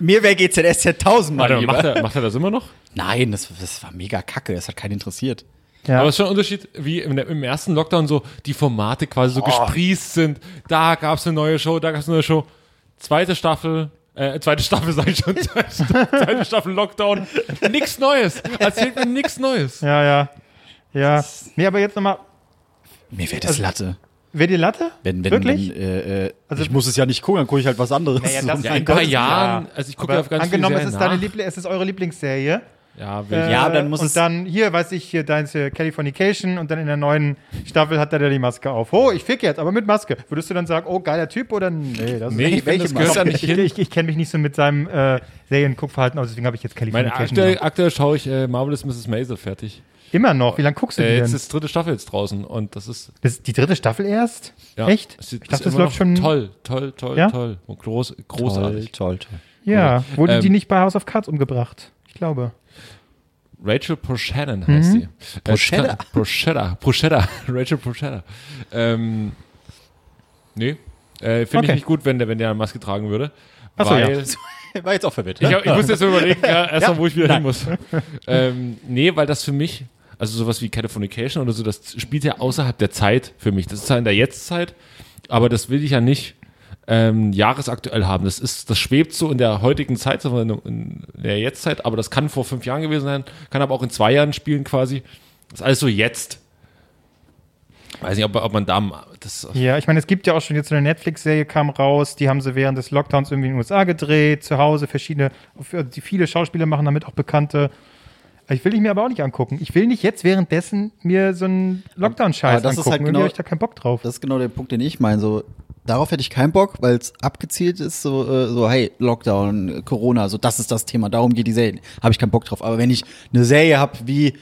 Mir wäre GZS ja tausendmal
Warte, mal, macht
lieber.
er, macht er das immer noch?
Nein, das, das war mega kacke, das hat keinen interessiert.
Ja.
Aber es ist schon ein Unterschied, wie im, im ersten Lockdown so die Formate quasi
Oh.
so gesprießt sind. Da gab es eine neue Show, da gab es eine neue Show. Zweite Staffel, äh, zweite Staffel sag ich schon, zweite Sta- zweite Staffel Lockdown. Nix Neues. Erzählt mir nix Neues.
ja, ja. Ja. Nee, aber jetzt nochmal,
Mir wäre das Latte.
wer die Latte?
Wenn, wenn,
Also, Wirklich?
Wenn, äh, äh,
Also-
ich muss es ja nicht gucken, dann gucke ich halt was anderes.
Naja, das-
Ja,
Mein
in drei
Gott,
Jahren,
ja.
also ich gucke
aber
auf ganz
angenommen,
viele
es ist,
Serien
deine
nach.
Liebli es ist eure Lieblingsserie.
Ja, will ich.
Ja, dann muss
äh, und
es-
dann hier, weiß ich, hier deins äh, Californication und dann in der neuen Staffel hat er da die Maske auf. Oh, ich fick jetzt, aber mit Maske. Würdest du dann sagen, oh, geiler Typ oder nee? Das
Nee, ich
Welche
finde, das
Marke?
gehört da nicht
ich ich,
hin.
ich, ich kenne mich nicht so mit seinem äh, Serienguckverhalten aus, deswegen habe ich jetzt
Meine
Californication.
aktuell,
genommen.
aktuell schaue ich äh, Marvelous Mrs. Maisel fertig.
Immer noch, wie lange guckst du die
Äh,
denn?
jetzt ist dritte Staffel jetzt draußen und das ist
das ist die dritte Staffel erst?
ja,
Echt?
es
Ich
ist-
dachte,
ist
das
immer
läuft
noch
schon.
toll, toll, toll,
Ja?
toll und groß, großartig.
toll, toll.
Ja, wurden die
Ähm,
nicht bei House of Cards umgebracht? Ich glaube.
Rachel Proshannon heißt
Mhm.
sie.
Prochetto?
Äh, Prochetta. Prochetta. Rachel Prochetta. Ähm, nee. Äh, Finde
Okay.
ich nicht gut, wenn der, wenn der eine Maske tragen würde.
Ach so,
weil
ja.
War jetzt auch verwirrt.
ich, hab- ich muss jetzt so überlegen, ja, erstmal, wo ich wieder hin muss. Ähm, nee, weil das für mich, also sowas wie Californication oder so, das spielt ja außerhalb der Zeit für mich. Das ist ja in der Jetztzeit, aber das will ich ja nicht ähm, jahresaktuell haben. Das ist, das schwebt so in der heutigen Zeit, so in, in der Jetztzeit, aber das kann vor fünf Jahren gewesen sein, kann aber auch in zwei Jahren spielen quasi. Das ist alles so jetzt. Weiß nicht, ob, ob man da das
Ja, ich meine, es gibt ja auch schon jetzt so eine Netflix-Serie kam raus, die haben sie während des Lockdowns irgendwie in den USA gedreht, zu Hause verschiedene, für- die viele Schauspieler machen damit auch bekannte. Ich will ich mir aber auch nicht angucken. Ich will nicht jetzt währenddessen mir so einen Lockdown-Scheiß
Aber das ist
angucken.
halt
Irgendwie
genau-
habe ich da keinen Bock drauf.
Das ist genau der Punkt, den ich meine. So, darauf hätte ich keinen Bock, weil es abgezielt ist, so, äh, so, hey, Lockdown, äh, Corona, so, das ist das Thema, darum geht die Serie. Habe ich keinen Bock drauf. Aber wenn ich eine Serie habe wie,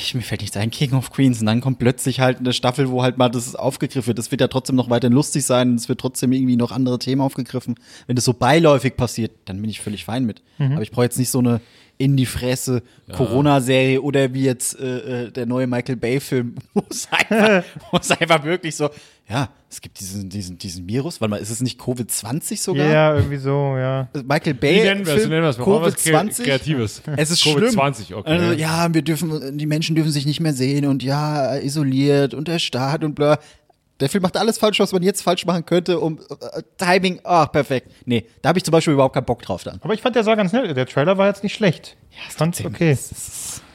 ich, mir fällt nichts ein, King of Queens, und dann kommt plötzlich halt eine Staffel, wo halt mal das aufgegriffen wird. Das wird ja trotzdem noch weiterhin lustig sein, es wird trotzdem irgendwie noch andere Themen aufgegriffen. Wenn das so beiläufig passiert, dann bin ich völlig fein mit. Aber ich brauche jetzt nicht so eine in die Fresse Corona-Serie oder wie jetzt äh, äh, der neue Michael Bay-Film, wo es einfach, wo es einfach wirklich so, ja, es gibt diesen, diesen, diesen Virus, weil mal, ist es nicht Covid-20 sogar?
Ja, irgendwie so, ja.
Michael
Wie
Bay,
nennen wir es? Wie
Film,
nennen wir es? Wir brauchen was Kre-
Covid-20.
Kreatives.
Es ist schlimm.
Covid-20, okay.
Also, ja, wir dürfen, die Menschen dürfen sich nicht mehr sehen und ja, isoliert und der Staat und bla. Der Film macht alles falsch, was man jetzt falsch machen könnte, um äh, Timing, ach, perfekt. Nee, da habe ich zum Beispiel überhaupt keinen Bock drauf dann.
Aber ich fand, der sah ganz nett. Der Trailer war jetzt nicht schlecht. Ja, ich fand's okay.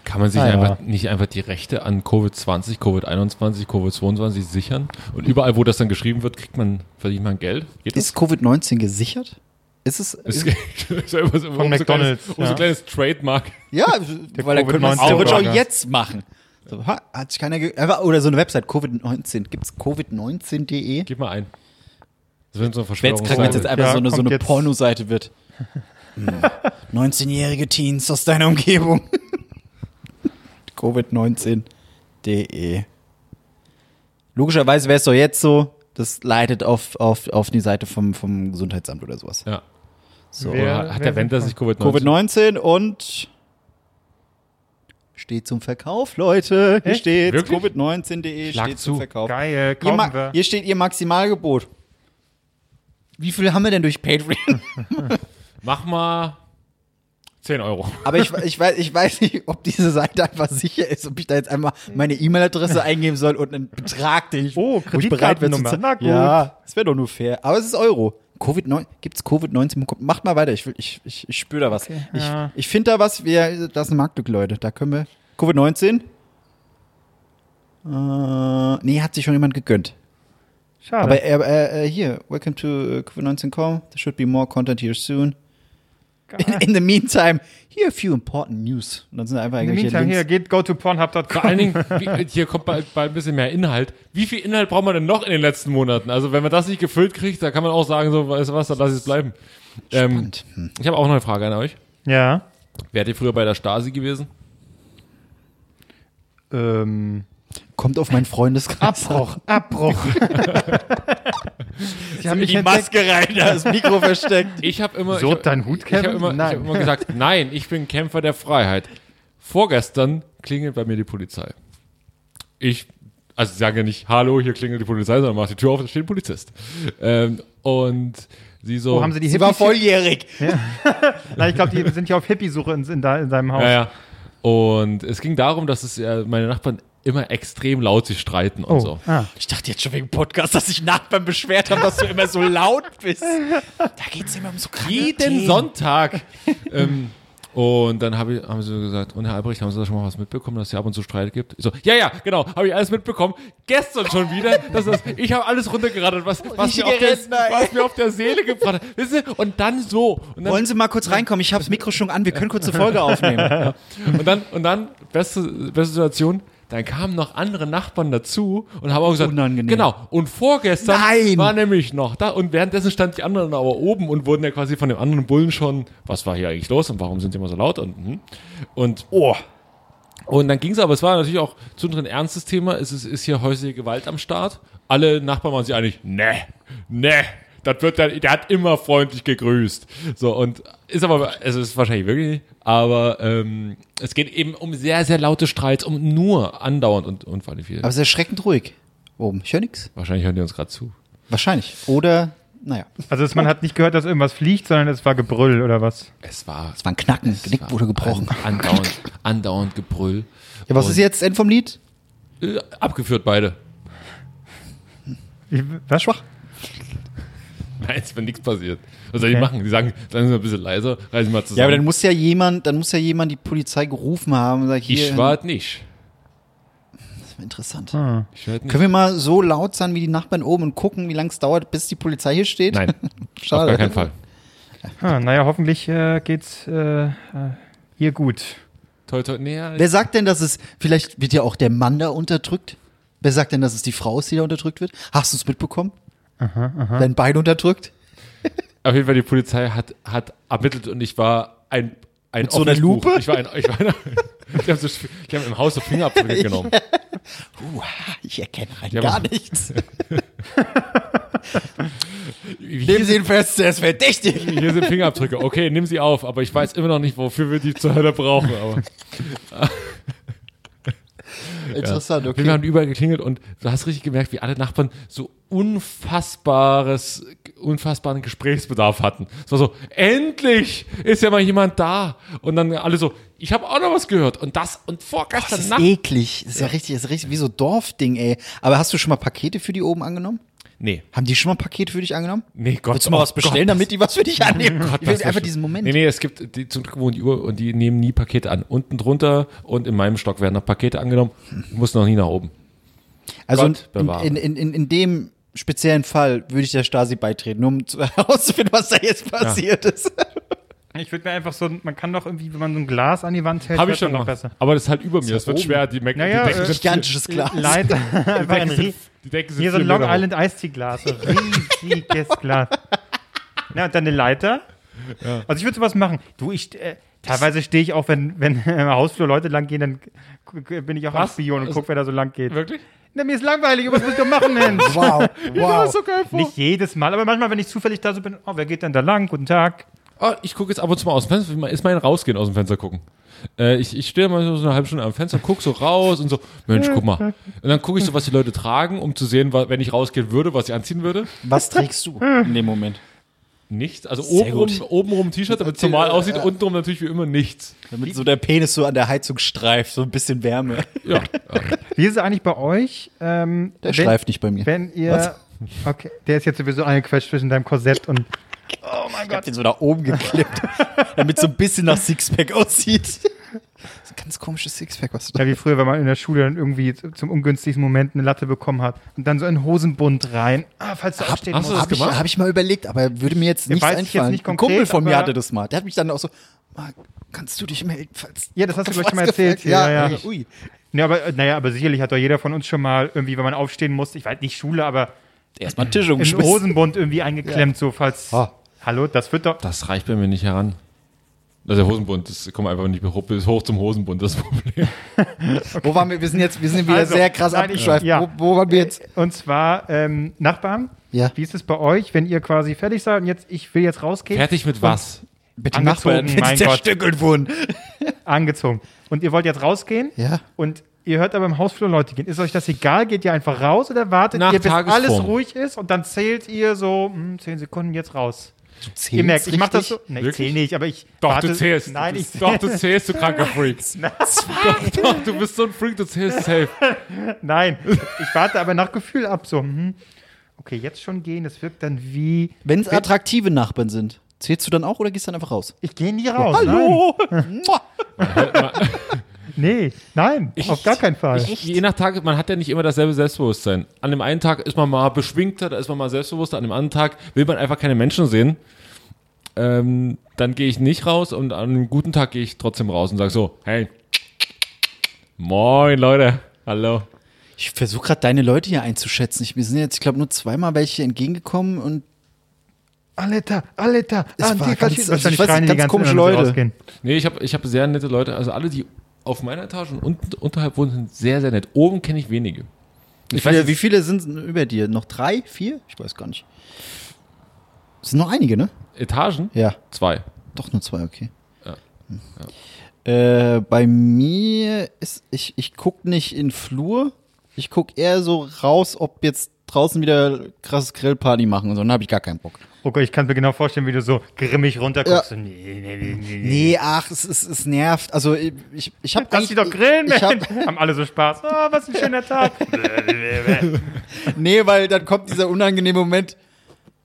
Kann man sich
Ah, ja.
einfach, nicht einfach die Rechte an Covid-20, Covid-21, Covid-22 sichern? Und überall, wo das dann geschrieben wird, kriegt man, verdient man Geld? Geht das?
Ist Covid-19 gesichert? Ist es?
Es
Ist,
ist einfach so,
Von
um so
McDonald's,
Kleines, um so
ja.
kleines Trademark.
ja, weil dann können wir es
Covid-19
theoretisch auch
Burger.
jetzt machen. So, ha, hat sich keiner ge aber- Oder so eine Website, Covid-19. Gibt es Covid-19.de?
Gib mal ein. Das wird so eine
Wenn es
Verschwörungsseite.
jetzt einfach
Ja,
so eine, so
kommt
eine
jetzt.
Pornoseite wird. Hm. 19-jährige Teens aus deiner Umgebung. Covid-19.de. Logischerweise wäre es doch jetzt so, das leitet auf, auf, auf die Seite vom, vom Gesundheitsamt oder sowas.
Ja.
So.
Wer-
Oder hat
wer
der Wendler
sind-
sich Covid-19?
Covid-19 und steht zum Verkauf, Leute. Hier
Echt?
steht
Wirklich?
Covid-19.de
Schlag
steht
zu.
zum Verkauf.
Geil,
Ihr
kaufen
Ma-
wir.
hier steht ihr Maximalgebot. Wie viel haben wir denn durch Patreon?
Mach mal 10 Euro.
Aber ich, ich, weiß, ich weiß nicht, ob diese Seite einfach sicher ist, ob ich da jetzt einmal meine E-Mail-Adresse eingeben soll und einen Betrag, den ich,
Oh,
wo ich bereit bin zu
Kreditkartennummer.
zahlen.
Na gut.
Ja, das wäre doch nur fair. Aber es ist Euro. Covid-19, gibt's Covid-19? Macht mal weiter, ich, will- ich, ich, ich spüre da was. ich
ja.
ich finde da was, wir, das ist ein Marktglück, Leute. Da können wir, Covid-19? Äh, nee, hat sich schon jemand gegönnt.
Schade.
Aber äh, äh, äh, hier, welcome to uh, COVID-19.com. There should be more content here soon. In, in the meantime, here are a few important news. Und dann sind einfach
In the
irgendwelche
meantime, hier,
Links.
geht go to pornhub.com.
Vor allen Dingen, wie, hier kommt bald, bald ein bisschen mehr Inhalt. Wie viel Inhalt braucht man denn noch in den letzten Monaten? Also wenn man das nicht gefüllt kriegt, da kann man auch sagen, so, weißt du was, dann lass ich es bleiben. Ähm,
Spannend. Hm.
ich habe auch noch eine Frage an euch.
Ja.
Wärt ihr früher bei der Stasi gewesen?
Ähm,
Kommt auf meinen Freundeskreis.
Abbruch, Abbruch. Sie haben mich entdeckt.
rein, da das Mikro versteckt.
Ich habe immer,
So,
ich hab,
dein Hut,
ich hab
Kevin?
immer, ich hab
Nein.
immer gesagt, nein, ich bin Kämpfer der Freiheit. Vorgestern klingelt bei mir die Polizei. Ich, also ich sage nicht, hallo, hier klingelt die Polizei, sondern macht die Tür auf, da steht ein Polizist. Ähm, und sie so.
Wo haben sie die
Sie war
Hippies?
volljährig.
Nein, ich glaube, die sind hier auf Hippie-Suche in, in, da- in deinem Haus.
Ja, ja. Und es ging darum, dass es äh, meine Nachbarn immer extrem laut sich streiten und
Oh,
so.
ah.
Ich dachte jetzt schon wegen Podcast, dass sich Nachbarn beschwert haben, dass du immer so laut bist. Da geht's immer um so kranke
Jeden
Themen.
Sonntag. ähm, und dann hab ich, haben sie so gesagt, und Herr Albrecht, haben Sie da schon mal was mitbekommen, dass es hier ab und zu Streit gibt? Ich so, ja, ja, genau, habe ich alles mitbekommen. Gestern schon wieder. Das ist, ich habe alles runtergerattert, was, was, mir
Richtige
auf der,
Rentner, ey.
was mir auf der Seele gebrannt hat. Wissen Sie? Und dann so. Und dann
Wollen Sie mal kurz reinkommen? Ich habe das Mikro schon an. Wir können kurz eine Folge aufnehmen.
Und dann, und dann beste, beste Situation, dann kamen noch andere Nachbarn dazu und haben auch gesagt,
Unangenehm.
genau, und vorgestern
Nein!
war nämlich noch da und währenddessen stand die anderen aber oben und wurden ja quasi von dem anderen Bullen schon, was war hier eigentlich los und warum sind die immer so laut und, hm. und
Oh.
und dann ging's aber, es war natürlich auch zwischendrin ein ernstes Thema. Es ist, ist hier häusliche Gewalt am Start. Alle Nachbarn waren sich einig, ne, ne, das wird dann, der hat immer freundlich gegrüßt. So, und ist aber, es ist wahrscheinlich wirklich nicht, aber ähm, es geht eben um sehr, sehr laute Streits, um nur andauernd und unqualifiziert.
Aber es ist erschreckend ruhig. Oben. Ich höre nichts.
Wahrscheinlich hören die uns gerade zu.
Wahrscheinlich. Oder, naja,
Also es- man hat nicht gehört, dass irgendwas fliegt, sondern es war Gebrüll oder was.
Es war,
es war ein Knacken. Genick wurde gebrochen.
andauernd, andauernd Gebrüll.
Ja, was ist jetzt das Ende vom Lied?
Äh, abgeführt beide.
Ich, was? Schwach.
Nein, es wird nichts passiert. Was soll die
Okay.
machen? Die sagen, seien Sie mal ein bisschen leiser, reisen mal zusammen.
Ja, aber dann muss ja jemand, dann muss ja jemand die Polizei gerufen haben und sagt, hier,
ich war es nicht.
das war interessant.
Ich war es nicht.
Können wir mal so laut sein wie die Nachbarn oben und gucken, wie lange es dauert, bis die Polizei hier steht?
Nein, auf gar keinen Fall.
Ah, naja, hoffentlich äh, geht's äh, äh, ihr gut.
Toi, toi, nee, ja,
Wer sagt denn, dass es, vielleicht wird ja auch der Mann da unterdrückt? Wer sagt denn, dass es die Frau ist, die da unterdrückt wird? Hast du es mitbekommen? Aha, aha. Wenn beide unterdrückt?
auf jeden Fall, die Polizei hat, hat ermittelt und ich war ein, ein
Mit so einer
offenes Buch.
Lupe?
Ich war ein, ich war ein, die haben, so, die haben im Haus so Fingerabdrücke genommen.
Uh, ich erkenne rein
Ja,
gar
aber-
nichts. Nehmen Sie ihn fest, er ist verdächtig.
Hier sind Fingerabdrücke. Okay, nimm sie auf, aber ich weiß immer noch nicht, wofür wir die zur Hölle brauchen. Aber
Interessant, okay.
wir haben überall geklingelt und du hast richtig gemerkt, wie alle Nachbarn so unfassbares, unfassbaren Gesprächsbedarf hatten. Es war so, endlich ist ja mal jemand da. Und dann alle so, ich habe auch noch was gehört. Und das und vorgestern
Das ist eh-
Nacht.
eklig. Das ist ja richtig, das ist richtig wie so Dorfding, ey. Aber hast du schon mal Pakete für die oben angenommen?
Nee,
Haben die schon mal Pakete für dich angenommen?
nee, Gott.
Willst du mal
oh
was bestellen,
Gott, oh
damit die was für dich annehmen?
Gott,
ich will
das ist
einfach
schlimm.
diesen Moment.
Nee, nee, es gibt, die, zum Glück wohnen die Uhr und die nehmen nie Pakete an. Unten drunter und in meinem Stock werden noch Pakete angenommen. Ich muss noch nie nach oben.
also
Gott
in,
bewahre.
in, in, in, in dem speziellen Fall würde ich der Stasi beitreten, um zu- herauszufinden, was da jetzt passiert ist.
Ich würde mir einfach so, man kann doch irgendwie, wenn man so ein Glas an die Wand hält,
Habe
wird
ich schon
man
gemacht. Aber das ist halt über mir. Das wird schwer. Die, Mac
Naja,
die Decken
äh,
sind vier-
Gigantisches Glas.
Leider. einfach ein
sind-
Rie-
die Decken sind
Hier so ein
vier
Long
Meter hoch.
Island Eistee-Glas. So riesiges Glas. Na, und dann eine Leiter. Also ich würde sowas machen. Du, ich. Äh, Teilweise stehe ich auch, wenn, wenn im Hausflur Leute lang gehen, dann gu- gu- bin ich auch am
Was?
Spion und gucke, wer da so lang geht.
Wirklich?
Na, mir ist langweilig, was muss ich doch machen, Mensch?
Wow, wow.
geil
Nicht jedes Mal, aber manchmal, wenn ich zufällig da so bin, oh, wer geht denn da lang? Guten Tag.
Oh, ich gucke jetzt ab und zu mal aus dem Fenster. Ist mein Rausgehen aus dem Fenster gucken. Äh, ich ich stehe mal so eine halbe Stunde am Fenster, gucke so raus und so, Mensch, guck mal. Und dann gucke ich so, was die Leute tragen, um zu sehen, wa- wenn ich rausgehen würde, was ich anziehen würde.
Was trägst du in dem Moment?
Nichts. Also
Sehr
obenrum,
gut.
obenrum ein T-Shirt, damit es normal aussieht, untenrum natürlich wie immer nichts.
Damit so der Penis so an der Heizung streift, so ein bisschen Wärme.
Ja.
Wie ist es eigentlich bei euch? Ähm,
Der
wenn-
streift nicht bei mir.
Wenn ihr.
Was?
Okay, der ist jetzt sowieso angequetscht zwischen deinem Korsett und. Oh mein
Ich hab
Gott.
den so nach oben geklippt, damit so ein bisschen nach Sixpack aussieht. Das ist ein ganz komisches Sixpack, was du da
Ja, wie früher, wenn man in der Schule dann irgendwie z- zum ungünstigsten Moment eine Latte bekommen hat und dann so einen Hosenbund rein. Ah, falls du aufstehen
hast
musst.
du das
Habe ich,
gemacht?
hab ich mal überlegt, aber würde mir jetzt nichts
weiß ich
einfallen.
jetzt nicht
ein
konkret,
Kumpel von mir
aber-
hatte das mal. Der hat mich dann auch so, Marc, kannst du dich melden, falls.
Ja, das hast du, glaub ich, schon mal
was
erzählt.
gefällt?
Ja,
Ja,
ja.
ja. Ui.
Ja, aber, äh, naja, aber sicherlich hat doch jeder von uns schon mal irgendwie, wenn man aufstehen muss, ich weiß nicht, Schule, aber
Erstmal einen Tisch
einen
umgeschmissen.
Hosenbund irgendwie eingeklemmt, so falls.
Ah.
Hallo, das wird doch.
Das reicht bei mir nicht heran. Also der Hosenbund, das kommt einfach nicht hoch, bis hoch zum Hosenbund, das Problem.
Wo waren wir? Wir sind jetzt, wir sind wieder
Also,
sehr krass
nein, ich-
abgeschweift.
ja.
Wo, wo waren wir jetzt?
Und zwar ähm, Nachbarn.
Ja.
Wie ist es bei euch, wenn ihr quasi fertig seid und jetzt, ich will jetzt rausgehen?
Fertig mit was?
Mit den
Angezogen,
Nachbarn, die
mein
zerstückelt wurden.
angezogen. Und ihr wollt jetzt rausgehen?
Ja.
Und ihr hört aber im Hausflur Leute gehen. Ist euch das egal? Geht ihr einfach raus oder wartet
Nach
ihr, bis
Tagesform.
alles ruhig ist und dann zählt ihr so hm, zehn Sekunden jetzt raus?
Zählt's
Ihr merkt, ich mach das so.
richtig?
Nee, ich
Wirklich?
zähl nicht, aber ich.
Doch,
warte,
du zählst.
Nein,
du
ich
bist, Doch, du zählst, du kranker Freak. Doch, doch, du bist so ein Freak, du zählst safe.
Nein, ich warte aber nach Gefühl ab. So, hm, okay, jetzt schon gehen. Das wirkt dann wie.
Wenn es attraktive Nachbarn sind, zählst du dann auch oder gehst dann einfach raus?
Ich gehe nie raus.
Hallo! Mua.
Nein. Nee, nein, auf gar keinen Fall.
Ich, je nach Tag, man hat ja nicht immer dasselbe Selbstbewusstsein. An dem einen Tag ist man mal beschwingter, da ist man mal selbstbewusster, an dem anderen Tag will man einfach keine Menschen sehen. Ähm, dann gehe ich nicht raus und an einem guten Tag gehe ich trotzdem raus und sage so, hey, moin Leute, hallo.
Ich versuche gerade deine Leute hier einzuschätzen. Ich, mir sind jetzt, ich glaube, nur zweimal welche entgegengekommen und
Alter, Alter,
Es war
Antifaschist.
ganz- also ich weiß
schreien
nicht,
die
ganz komische
anderen, wenn sie
Leute.
rausgehen.
Nee, ich habe ich hab sehr nette Leute, also alle, die auf meiner Etage und unten, unterhalb wohnen, sind sehr, sehr nett. Oben kenne ich wenige.
Ich
weiß
weiß,
jetzt-
wie viele sind denn über dir? Noch drei, vier? Ich weiß gar nicht. Es sind noch einige, ne?
Etagen?
Ja.
Zwei.
Doch nur zwei, okay.
Ja.
Hm. Äh, bei mir ist, ich, ich guck nicht in Flur, ich guck eher so raus, ob jetzt draußen wieder krasses Grillparty machen und so, dann habe ich gar keinen Bock.
Oh Gott, ich kann mir genau vorstellen, wie du so grimmig runterguckst.
Ja.
und Nee, nee, nee, nee, nee.
Nee, ach, es, es, es nervt. Also ich, ich, ich habe
Lass sie doch grillen,
ich hab,
Mensch. Haben alle so Spaß. Oh, was ein schöner Tag.
Nee, weil dann kommt dieser unangenehme Moment.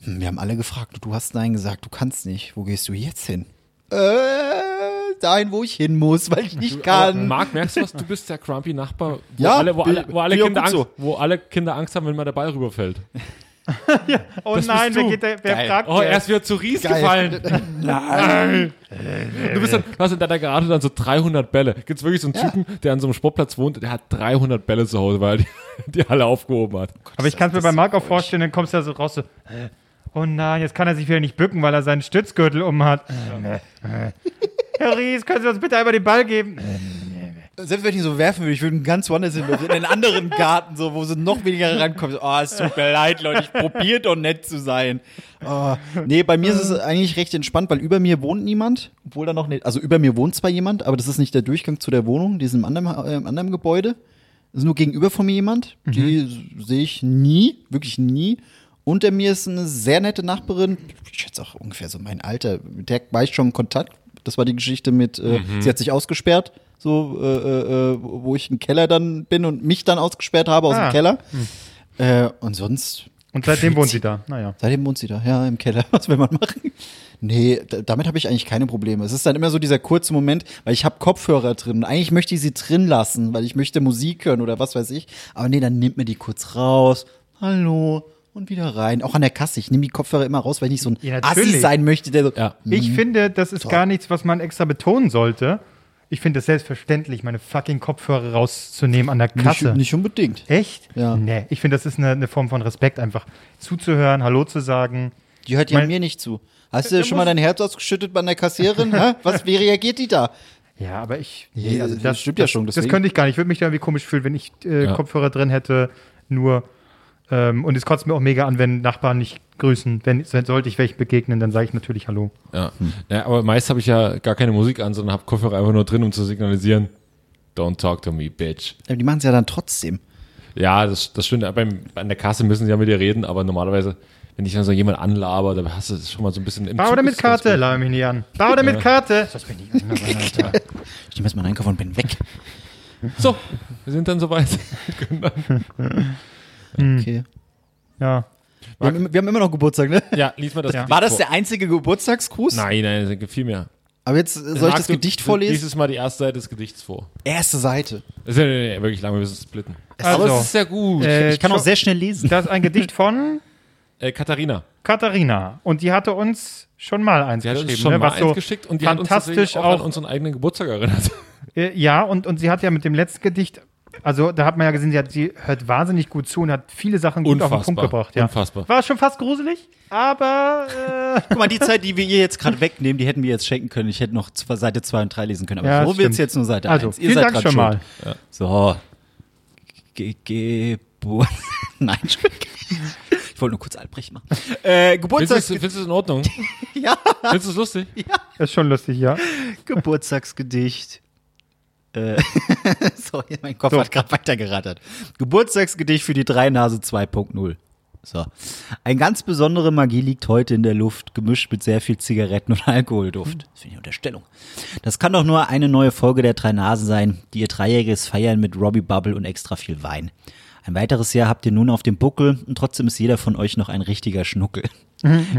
Hm, wir haben alle gefragt, du hast Nein gesagt, du kannst nicht. Wo gehst du jetzt hin? Äh, dahin, wo ich hin muss, weil ich nicht kann.
Marc, merkst du was? Du bist der grumpy Nachbar, wo
Ähm. Ja,
alle, wo
bin-
alle, wo alle
bin auch
Kinder Angst,
gut
wo alle Kinder Angst haben, wenn mal der Ball rüberfällt.
Oh nein,
bist
wer,
du.
geht da, wer
Geil.
fragt
Oh,
jetzt?
er ist wieder zu Ries
Geil.
gefallen.
Nein.
Du bist dann, du hast in deiner Garage dann so 300 Bälle. Gibt's wirklich so einen
Ja.
Typen, der an so einem Sportplatz wohnt, der hat 300 Bälle zu Hause, weil er die, die alle aufgehoben hat.
Aber ich kann es mir bei Marc auch vorstellen, dann kommst du da so raus so, äh, oh nein, jetzt kann er sich wieder nicht bücken, weil er seinen Stützgürtel um hat. Äh, äh. Herr Ries, können Sie uns bitte einmal den Ball geben? Äh,
Selbst wenn ich ihn so werfen würde, ich würde ihn ganz woanders hinwerfen, in einen anderen Garten, so, wo sie noch weniger rankommen. So, oh, es tut mir leid, Leute, ich probiere doch nett zu sein. Oh. Nee, bei mir ist es eigentlich recht entspannt, weil über mir wohnt niemand, obwohl da noch nicht, also über mir wohnt zwar jemand, aber das ist nicht der Durchgang zu der Wohnung, die ist im anderen, äh, im anderen Gebäude. Es ist nur gegenüber von mir jemand,
Mhm.
die s- sehe ich nie, wirklich nie. Unter mir ist eine sehr nette Nachbarin, ich schätze auch ungefähr so mein Alter, mit der war ich schon in Kontakt. Das war die Geschichte mit, äh,
Mhm.
sie hat sich ausgesperrt, so, äh, äh, äh, wo ich im Keller dann bin und mich dann ausgesperrt habe aus
Ah. Hm.
dem Keller. Äh, und sonst
Und seitdem wohnt sie da. Naja.
Seitdem wohnt sie da, ja, im Keller. Was will man machen? Nee, da- damit habe ich eigentlich keine Probleme. Es ist dann immer so dieser kurze Moment, weil ich habe Kopfhörer drin. Eigentlich möchte ich sie drin lassen, weil ich möchte Musik hören oder was weiß ich. Aber nee, dann nimmt mir die kurz raus. Hallo. Und wieder rein. Auch an der Kasse. Ich nehme die Kopfhörer immer raus, weil ich nicht so ein
Ja, natürlich.
Assi sein möchte, der so. "Hm,
Ja.
Ich finde, das ist gar nichts, was man extra betonen sollte. Ich finde es selbstverständlich, meine fucking Kopfhörer rauszunehmen an der
Nicht,
Kasse.
nicht unbedingt.
Echt?
Ja.
Nee, ich finde, das ist eine, eine Form von Respekt, einfach zuzuhören, Hallo zu sagen.
Die hört ja
Mein-
mir nicht zu. Hast du
Der
schon mal
muss-
dein Herz ausgeschüttet bei einer Kassiererin? Hä? Was, wie reagiert die da?
Ja, aber ich. also
Nee, das stimmt ja schon,
Das
deswegen.
könnte ich gar nicht. Ich würde mich da irgendwie komisch fühlen, wenn ich äh,
Ja.
Kopfhörer drin hätte, nur. Ähm, und es kotzt mir auch mega an, wenn Nachbarn nicht grüßen. Wenn, sollte ich welchen begegnen, dann sage ich natürlich Hallo.
Ja. ja aber meist habe ich ja gar keine Musik an, sondern habe Kopfhörer einfach nur drin, um zu signalisieren, don't talk to me, bitch.
Aber Die machen es ja dann trotzdem.
Ja, das, das stimmt. Beim, an der Kasse müssen sie ja mit dir reden, aber normalerweise, wenn dich dann so jemand anlaber, da hast du das schon mal so ein bisschen im
Bar
Zug
oder mit
ist ganz
Karte?
gut.
Laber mich nicht an. Bar oder mit Karte? Das bin ich.
Ich nehme jetzt mal einen Einkauf und bin weg.
So, wir sind dann soweit. Genau.
Hm.
Okay.
Ja.
Wir haben, immer- wir haben immer noch Geburtstag, ne?
ja, lies mal das.
Ja.
Gedicht
War das
vor.
der einzige Geburtstagsgruß?
Nein, nein, das gibt viel mehr.
Aber jetzt äh, soll ich
Marc,
das
du-
Gedicht
du-
vorlesen?
Lies es mal die erste Seite des Gedichts vor.
Erste Seite.
Das ist ja nee, nee, wirklich lange, wir müssen es splitten.
Also,
aber es ist sehr gut.
äh,
Ich kann auch
Scho-
sehr schnell lesen.
Das ist ein Gedicht von
Äh, Katharina.
Katharina. Und die hatte uns schon mal eins
Die hat
geschrieben.
uns schon
ne?
mal
Was so
eins geschickt und die hat uns
fantastisch
tatsächlich auch, an
auch.
unseren eigenen Geburtstag erinnert.
äh, ja, und, und sie hat ja mit dem letzten Gedicht, also da hat man ja gesehen, sie, hat, sie hört wahnsinnig gut zu und hat viele Sachen gut auf den Punkt
Unfassbar.
gebracht. Ja.
Unfassbar.
War schon fast gruselig, aber äh,
Guck mal, die Zeit, die wir ihr jetzt gerade wegnehmen, die hätten wir jetzt schenken können. Ich hätte noch zwei, Seite 2 und 3 lesen können. Aber
Ja,
so
das
wird es
stimmt.
jetzt nur Seite 1.
also vielen Dank schon mal.
So. Ge- Geburt. Nein, Entschuldigung. Ich wollte nur kurz Albrecht machen. Äh,
Findest du es-
Geburtstags
findest du es in Ordnung?
ja,
Findest du es lustig?
Ist schon lustig, ja.
Geburtstagsgedicht. Äh, sorry, mein Kopf
So.
hat gerade weitergerattert. Geburtstagsgedicht für die Dreinase 2.0. So. Ein ganz besondere Magie liegt heute in der Luft, gemischt mit sehr viel Zigaretten- und Alkoholduft. Das finde ich eine Unterstellung. Das kann doch nur eine neue Folge der Drei Nasen sein, die ihr dreijähriges Feiern mit Robbie Bubble und extra viel Wein. Ein weiteres Jahr habt ihr nun auf dem Buckel und trotzdem ist jeder von euch noch ein richtiger Schnuckel.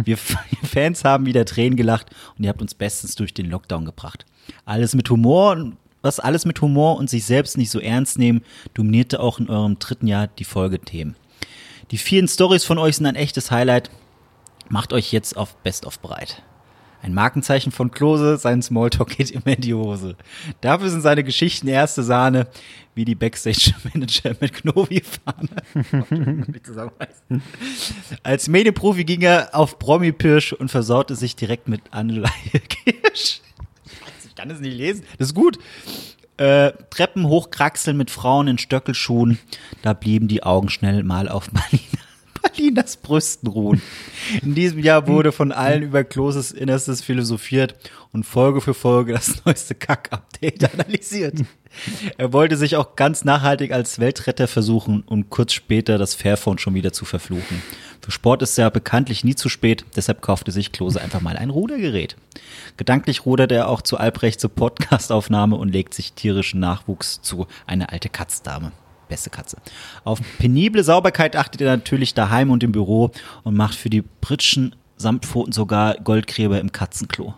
Wir F- Fans haben wieder Tränen gelacht und ihr habt uns bestens durch den Lockdown gebracht. Alles mit Humor und was alles mit Humor und sich selbst nicht so ernst nehmen, dominierte auch in eurem dritten Jahr die Folgethemen. Die vielen Stories von euch sind ein echtes Highlight. Macht euch jetzt auf Best of bereit. Ein Markenzeichen von Klose, sein Smalltalk geht immer in die Hose. Dafür sind seine Geschichten erste Sahne, wie die Backstage-Manager mit Knobi-Fahne. Nicht zusammenreißen. Als Medienprofi ging er auf Promi-Pirsch und versaute sich direkt mit Anleihe Kirsch. Ich kann es nicht lesen. Das ist gut. Äh, Treppen hochkraxeln mit Frauen in Stöckelschuhen. Da blieben die Augen schnell mal auf Marlina. Marlinas Brüsten ruhen. In diesem Jahr wurde von allen über Kloses Innerstes philosophiert und Folge für Folge das neueste Kack-Update analysiert. Er wollte sich auch ganz nachhaltig als Weltretter versuchen und kurz später das Fairphone schon wieder zu verfluchen. Für Sport ist ja bekanntlich nie zu spät, deshalb kaufte sich Klose einfach mal ein Rudergerät. Gedanklich rudert er auch zu Albrecht zur Podcastaufnahme und legt sich tierischen Nachwuchs zu. Eine alte Katzdame. Beste Katze. Auf penible Sauberkeit achtet er natürlich daheim und im Büro und macht für die Pritschen Samtpfoten sogar Goldgräber im Katzenklo.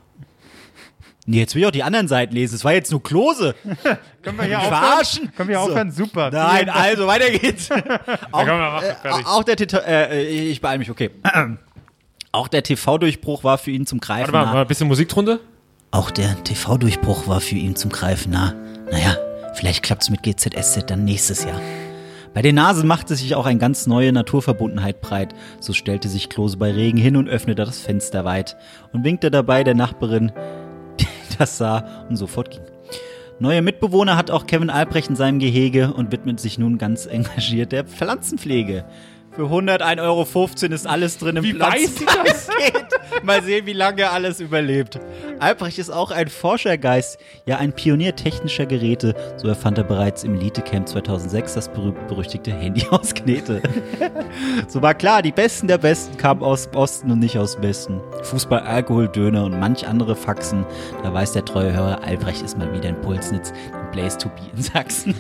Nee, jetzt will ich auch die anderen Seiten lesen. Es war jetzt nur Klose.
Können wir
Mich verarschen?
Können wir hier
So.
aufhören? Super.
Nein, also weiter geht's. auch,
komm, mach,
äh,
fertig.
auch der TV, äh, ich beeile mich, okay. Auch der TV-Durchbruch war für ihn zum Greifen
Warte mal, mal
nah.
ein bisschen Musik drunter.
Auch der TV-Durchbruch war für ihn zum Greifen nah. Naja, vielleicht klappt's mit GZSZ dann nächstes Jahr. Bei den Nasen machte sich auch eine ganz neue Naturverbundenheit breit. So stellte sich Klose bei Regen hin und öffnete das Fenster weit und winkte dabei der Nachbarin, die das sah und sofort ging. Neue Mitbewohner hat auch Kevin Albrecht in seinem Gehege und widmet sich nun ganz engagiert der Pflanzenpflege. Für 101,15 Euro ist alles drin im
Wie weiß sie
Pflanzenpaket. Mal sehen, wie lange er alles überlebt. Albrecht ist auch ein Forschergeist, ja ein Pionier technischer Geräte. So erfand er bereits im Elite-Camp 2006 das berühmt-berüchtigte Handy aus Knete. So war klar, die Besten der Besten kamen aus dem Osten und nicht aus dem Westen. Fußball, Alkohol, Döner und manch andere Faxen. Da weiß der treue Hörer, Albrecht ist mal wieder in Pulsnitz, im Place to be in Sachsen.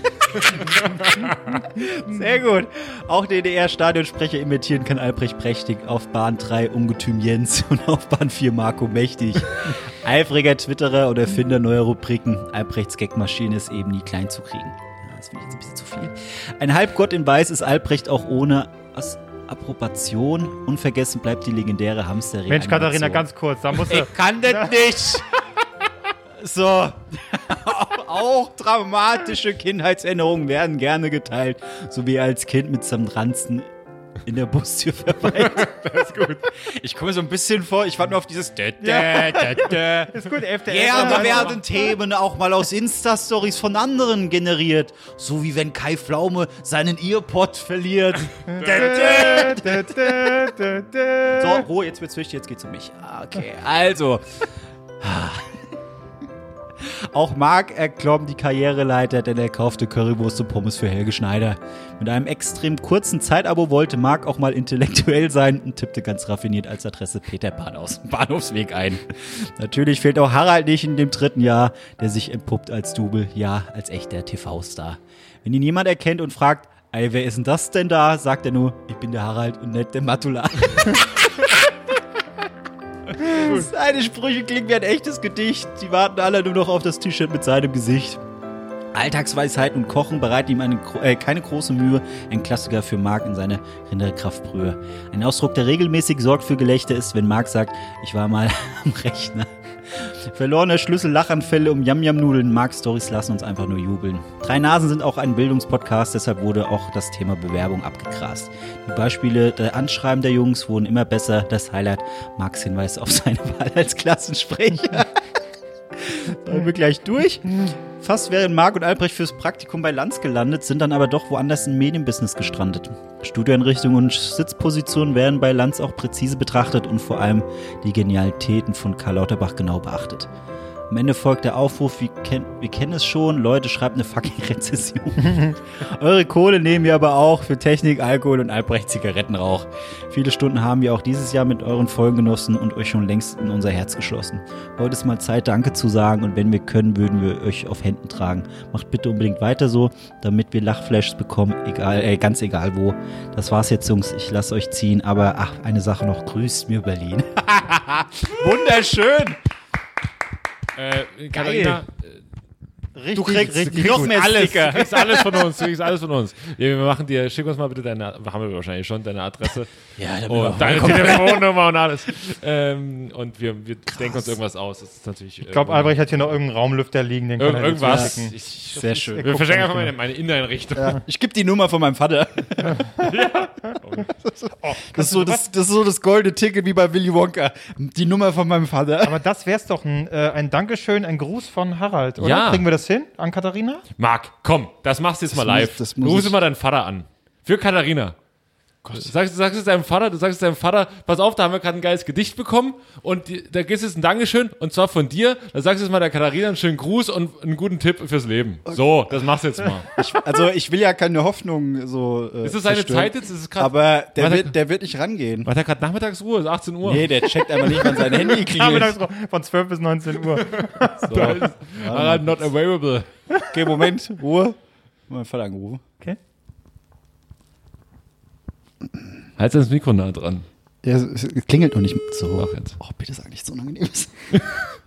Sehr gut. Auch DDR-Stadionsprecher imitieren kann Albrecht prächtig. Auf Bahn 3 Ungetüm Jens und auf Bahn 4 Marco Mächtig. Eifriger Twitterer oder Erfinder neuer Rubriken. Albrechts Gagmaschine ist eben nie klein zu kriegen. Ja, das finde ich jetzt ein bisschen zu viel. Ein Halbgott in Weiß ist Albrecht auch ohne As Approbation. Unvergessen bleibt die legendäre Hamsterrede.
Mensch, Katharina, ganz kurz, da musst du.
Ich kann das nicht. So. Auch dramatische Kindheitserinnerungen werden gerne geteilt, so wie er als Kind mit seinem Ranzen in der Bustür verweilt. das ist gut. Ich komme so ein bisschen vor, ich warte nur auf dieses Dä, dä, dä, dä.
Ist gut, 11.
Gerne
Äh,
werden Themen auch mal aus Insta-Stories von anderen generiert. So wie wenn Kai Pflaume seinen Earpod verliert. So, Ruhe, jetzt wird's wichtig, jetzt geht's um mich. Ah, Okay, also. Auch Marc erklomm die Karriereleiter, denn er kaufte Currywurst und Pommes für Helge Schneider. Mit einem extrem kurzen Zeitabo wollte Marc auch mal intellektuell sein und tippte ganz raffiniert als Adresse Peter Pan aus dem Bahnhofsweg ein. Natürlich fehlt auch Harald nicht in dem dritten Jahr, der sich entpuppt als Double, ja, als echter TV-Star. Wenn ihn jemand erkennt und fragt, ey, wer ist denn das denn da, sagt er nur, ich bin der Harald und nicht der Matula. Seine Sprüche klingen wie ein echtes Gedicht. Die warten alle nur noch auf das T-Shirt mit seinem Gesicht. Alltagsweisheiten und Kochen bereiten ihm eine, gro- äh, keine große Mühe, ein Klassiker für Marc in seiner Rinderkraftbrühe. Ein Ausdruck, der regelmäßig sorgt für Gelächter ist, wenn Marc sagt, ich war mal am Rechner. Verlorene Schlüssel, Lachanfälle um Yam-Yam-Nudeln, Mark-Stories lassen uns einfach nur jubeln. Drei Nasen sind auch ein Bildungspodcast, deshalb wurde auch das Thema Bewerbung abgegrast. Die Beispiele der Anschreiben der Jungs wurden immer besser. Das Highlight, Marks Hinweis auf seine Wahl als Klassensprecher. Bleiben wir gleich durch. Fast wären Marc und Albrecht fürs Praktikum bei Lanz gelandet, sind dann aber doch woanders im Medienbusiness gestrandet. Studioeinrichtungen und Sitzpositionen werden bei Lanz auch präzise betrachtet und vor allem die Genialitäten von Karl Lauterbach genau beachtet. Am Ende folgt der Aufruf, wir, ken wir kennen es schon, Leute, schreibt eine fucking Rezession. Eure Kohle nehmen wir aber auch für Technik, Alkohol und Albrecht Zigarettenrauch. Viele Stunden haben wir auch dieses Jahr mit euren Folgen genossen und euch schon längst in unser Herz geschlossen. Heute ist mal Zeit, Danke zu sagen und wenn wir können, würden wir euch auf Händen tragen. Macht bitte unbedingt weiter so, damit wir Lachflashes bekommen, egal, äh, ganz egal wo. Das war's jetzt, Jungs, ich lasse euch ziehen, aber ach, eine Sache noch, grüßt mir Berlin. Wunderschön!
Äh, Katharina,
Richtig,
Du kriegst
richtig
noch
gut.
mehr
alles, du
Sticker.
kriegst alles von uns, du kriegst alles von uns. Wir wir machen dir, schick uns mal bitte deine, haben wir wahrscheinlich schon, deine Adresse.
Ja, damit wir
Oh,
auch
deine Telefonnummer und alles. Ähm, und wir, wir denken uns irgendwas aus. Das ist natürlich. äh,
Ich glaube, Albrecht hat hier noch irgendeinen Raumlüfter liegen, den kann er jetzt
irgendwas.
schicken.
Ich-
Sehr schön.
Wir
guckt
verschenken
ja
einfach
nicht
meine, meine Inneneinrichtung.
Ich gebe die Nummer von meinem Vater.
Oh,
das, ist so das, das ist so das goldene Ticket wie bei Willy Wonka. Die Nummer von meinem Vater.
Aber das wär's doch ein, äh, ein Dankeschön, ein Gruß von Harald, oder?
Ja.
Kriegen wir das hin an Katharina?
Marc, komm, das machst du jetzt mal
muss-
live.
das
Du
muss
Rufst
ich-
mal deinen Vater an. Für Katharina. Sagst, sagst es deinem Vater, du sagst es deinem Vater, pass auf, da haben wir gerade ein geiles Gedicht bekommen und die, da gibt es ein Dankeschön und zwar von dir. Da sagst du jetzt mal der Katharina einen schönen Gruß und einen guten Tipp fürs Leben. So, das machst du jetzt mal.
Ich, also ich will ja keine Hoffnung so. Äh,
Ist das seine
zerstören.
Zeit jetzt? Ist es grad,
Aber der
Warte.
wird, der wird nicht rangehen.
Weil da gerade Nachmittagsruhe ist, 18 Uhr.
Nee, der checkt einfach nicht, wann sein Handy klingelt.
Von 12 bis 19 Uhr.
Da ist Harald not available.
Okay, Moment, Ruhe. Mein Vater angerufen.
Okay.
Halt das Mikro nah dran.
Ja, es es klingelt noch nicht so.
Mach jetzt.
Oh, bitte sag nichts Unangenehmes.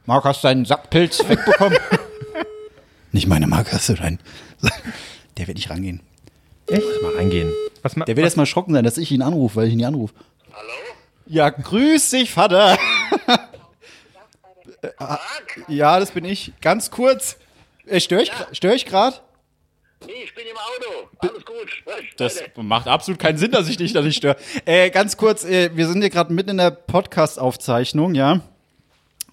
Marc, hast du deinen Sackpilz wegbekommen? nicht meine Marc, hast du deinen. Der wird nicht rangehen.
Mal reingehen.
Was ma
Der wird erstmal erschrocken sein, dass ich ihn anrufe, weil ich ihn nie anrufe. Hallo? Ja, grüß dich, Vater. Äh, ah, ja, das bin ich. Ganz kurz. Äh, Störe ich, gra- stör ich gerade?
Nee, ich bin im Auto. Alles gut.
Das macht absolut keinen Sinn, dass ich dich da nicht störe. Äh, ganz kurz, äh, wir sind hier gerade mitten in der Podcast-Aufzeichnung, ja.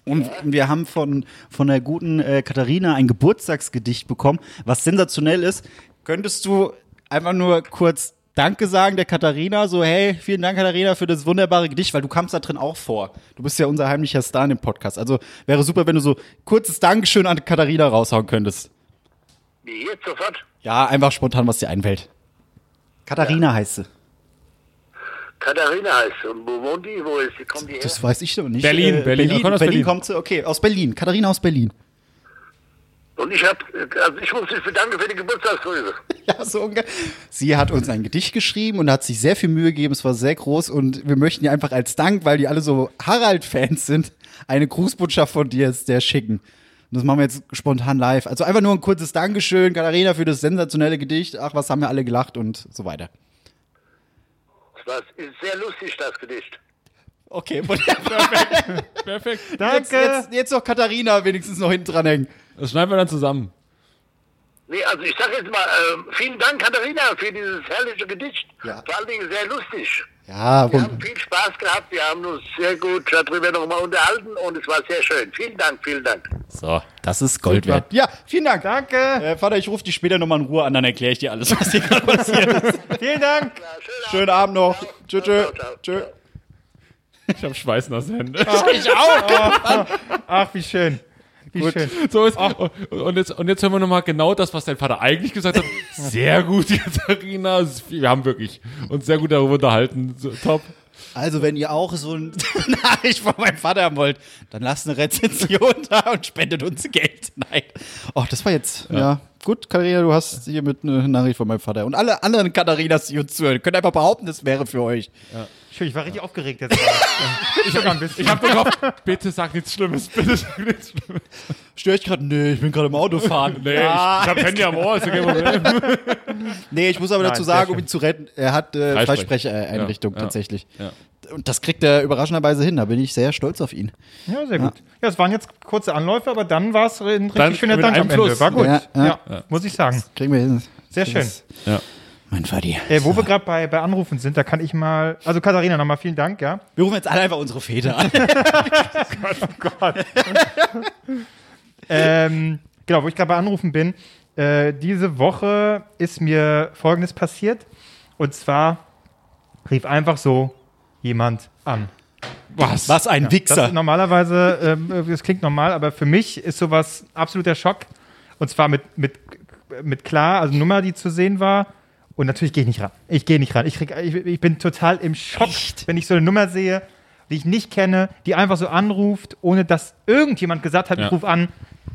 Und wir haben von, von der guten äh, Katharina ein Geburtstagsgedicht bekommen, was sensationell ist. Könntest du einfach nur kurz Danke sagen der Katharina, so hey, vielen Dank Katharina für das wunderbare Gedicht, weil du kamst da drin auch vor. Du bist ja unser heimlicher Star in dem Podcast. Also wäre super, wenn du so kurzes Dankeschön an Katharina raushauen könntest.
Wie jetzt sofort?
Ja, einfach spontan, was dir einfällt. Katharina heißt sie.
Katharina heißt und wo wohnt die? Wo ist sie? Kommt die her?
Das weiß ich doch nicht. Äh,
Berlin,
Berlin,
Berlin. Wir kommen
Berlin,
aus Berlin.
kommt sie. Okay, aus Berlin. Katharina aus Berlin.
Und ich hab, also ich muss dich bedanken für die Geburtstagsgrüße.
Ja, so ungefähr. Sie hat uns ein Gedicht geschrieben und hat sich sehr viel Mühe gegeben. Es war sehr groß und wir möchten ihr einfach als Dank, weil die alle so Harald-Fans sind, eine Grußbotschaft von dir jetzt der schicken. Und das machen wir jetzt spontan live. Also einfach nur ein kurzes Dankeschön, Katharina, für das sensationelle Gedicht. Ach, was haben wir alle gelacht und so weiter.
Das ist sehr lustig, das Gedicht.
Okay, wunderbar.
Perfekt.
Jetzt, jetzt, jetzt noch Katharina wenigstens noch hinten dran hängen.
Das schneiden wir dann zusammen.
Nee, also ich sag jetzt mal, ähm, vielen Dank Katharina für dieses herrliche Gedicht.
Ja.
Vor allen Dingen sehr lustig.
Ja,
Wir
wun-
haben viel Spaß gehabt, wir haben uns sehr gut darüber nochmal unterhalten und es war sehr schön. Vielen Dank, vielen Dank.
So, das ist Gold wert. Ja, vielen Dank.
Danke.
Äh, Vater, ich rufe dich später nochmal in Ruhe an, dann erkläre ich dir alles, was hier gerade passiert ist.
Vielen Dank.
Ja, schönen Abend.
Schönen Abend noch. Tschö, tschö.
Ciao, ciao.
Tschö.
Ich habe schweißnasse Hände.
Ach, wie schön. Wie schön.
So ist, und, jetzt, und jetzt hören wir nochmal genau das, was dein Vater eigentlich gesagt hat. Sehr gut, Katharina. Wir haben wirklich uns sehr gut darüber unterhalten. So, top.
Also, wenn ihr auch so eine Nachricht von meinem Vater haben wollt, dann lasst eine Rezension da und spendet uns Geld. Nein. Oh, das war jetzt. Ja. Gut, Katharina, du hast hiermit eine Nachricht von meinem Vater. Und alle anderen Katharinas, die uns zuhören, könnt einfach behaupten, das wäre für euch.
Schön, ich war richtig aufgeregt jetzt. ich sogar ein bisschen.
Ich habe gehofft, bitte sag nichts Schlimmes, bitte sag nichts Schlimmes.
Störe ich gerade? Nee, ich bin gerade im Autofahren.
Nee, ich, ich habe Handy am Ohr, ist ja kein Problem.
Nee, ich muss aber
Nein,
dazu
sehr
sagen,
schön.
um ihn zu retten, er hat äh,
Freisprech-
Freisprecheinrichtung
Ja, ja,
tatsächlich.
ja.
Und das kriegt er überraschenderweise hin. Da bin ich sehr stolz auf ihn.
Ja, sehr gut. Ja, es waren jetzt kurze Anläufe, aber dann war es ein richtig
Dann
schöner
mit
Dank am
einem
Ende.
Fluss.
War gut.
Ja,
Ja,
ja.
muss ich sagen.
Kriegen wir hin.
Sehr schön.
Ja.
Mein Vati.
Äh, wo wir gerade bei, bei Anrufen sind, da kann ich mal. Also, Katharina, nochmal vielen Dank, ja.
Wir rufen jetzt alle einfach unsere Väter an.
ähm, genau, wo ich gerade bei Anrufen bin. Äh, diese Woche ist mir Folgendes passiert. Und zwar rief einfach so jemand an.
Was? Was ein
Das
Wichser.
ist normalerweise, ähm, das klingt normal, aber für mich ist sowas absoluter Schock. Und zwar mit, mit, mit klar, also Nummer, die zu sehen war. Und natürlich gehe ich nicht ran. Ich gehe nicht ran. Ich, krieg, ich, ich bin total im Schock, wenn ich so eine Nummer sehe, die ich nicht kenne, die einfach so anruft, ohne dass irgendjemand gesagt hat,
Ja.
ich rufe an.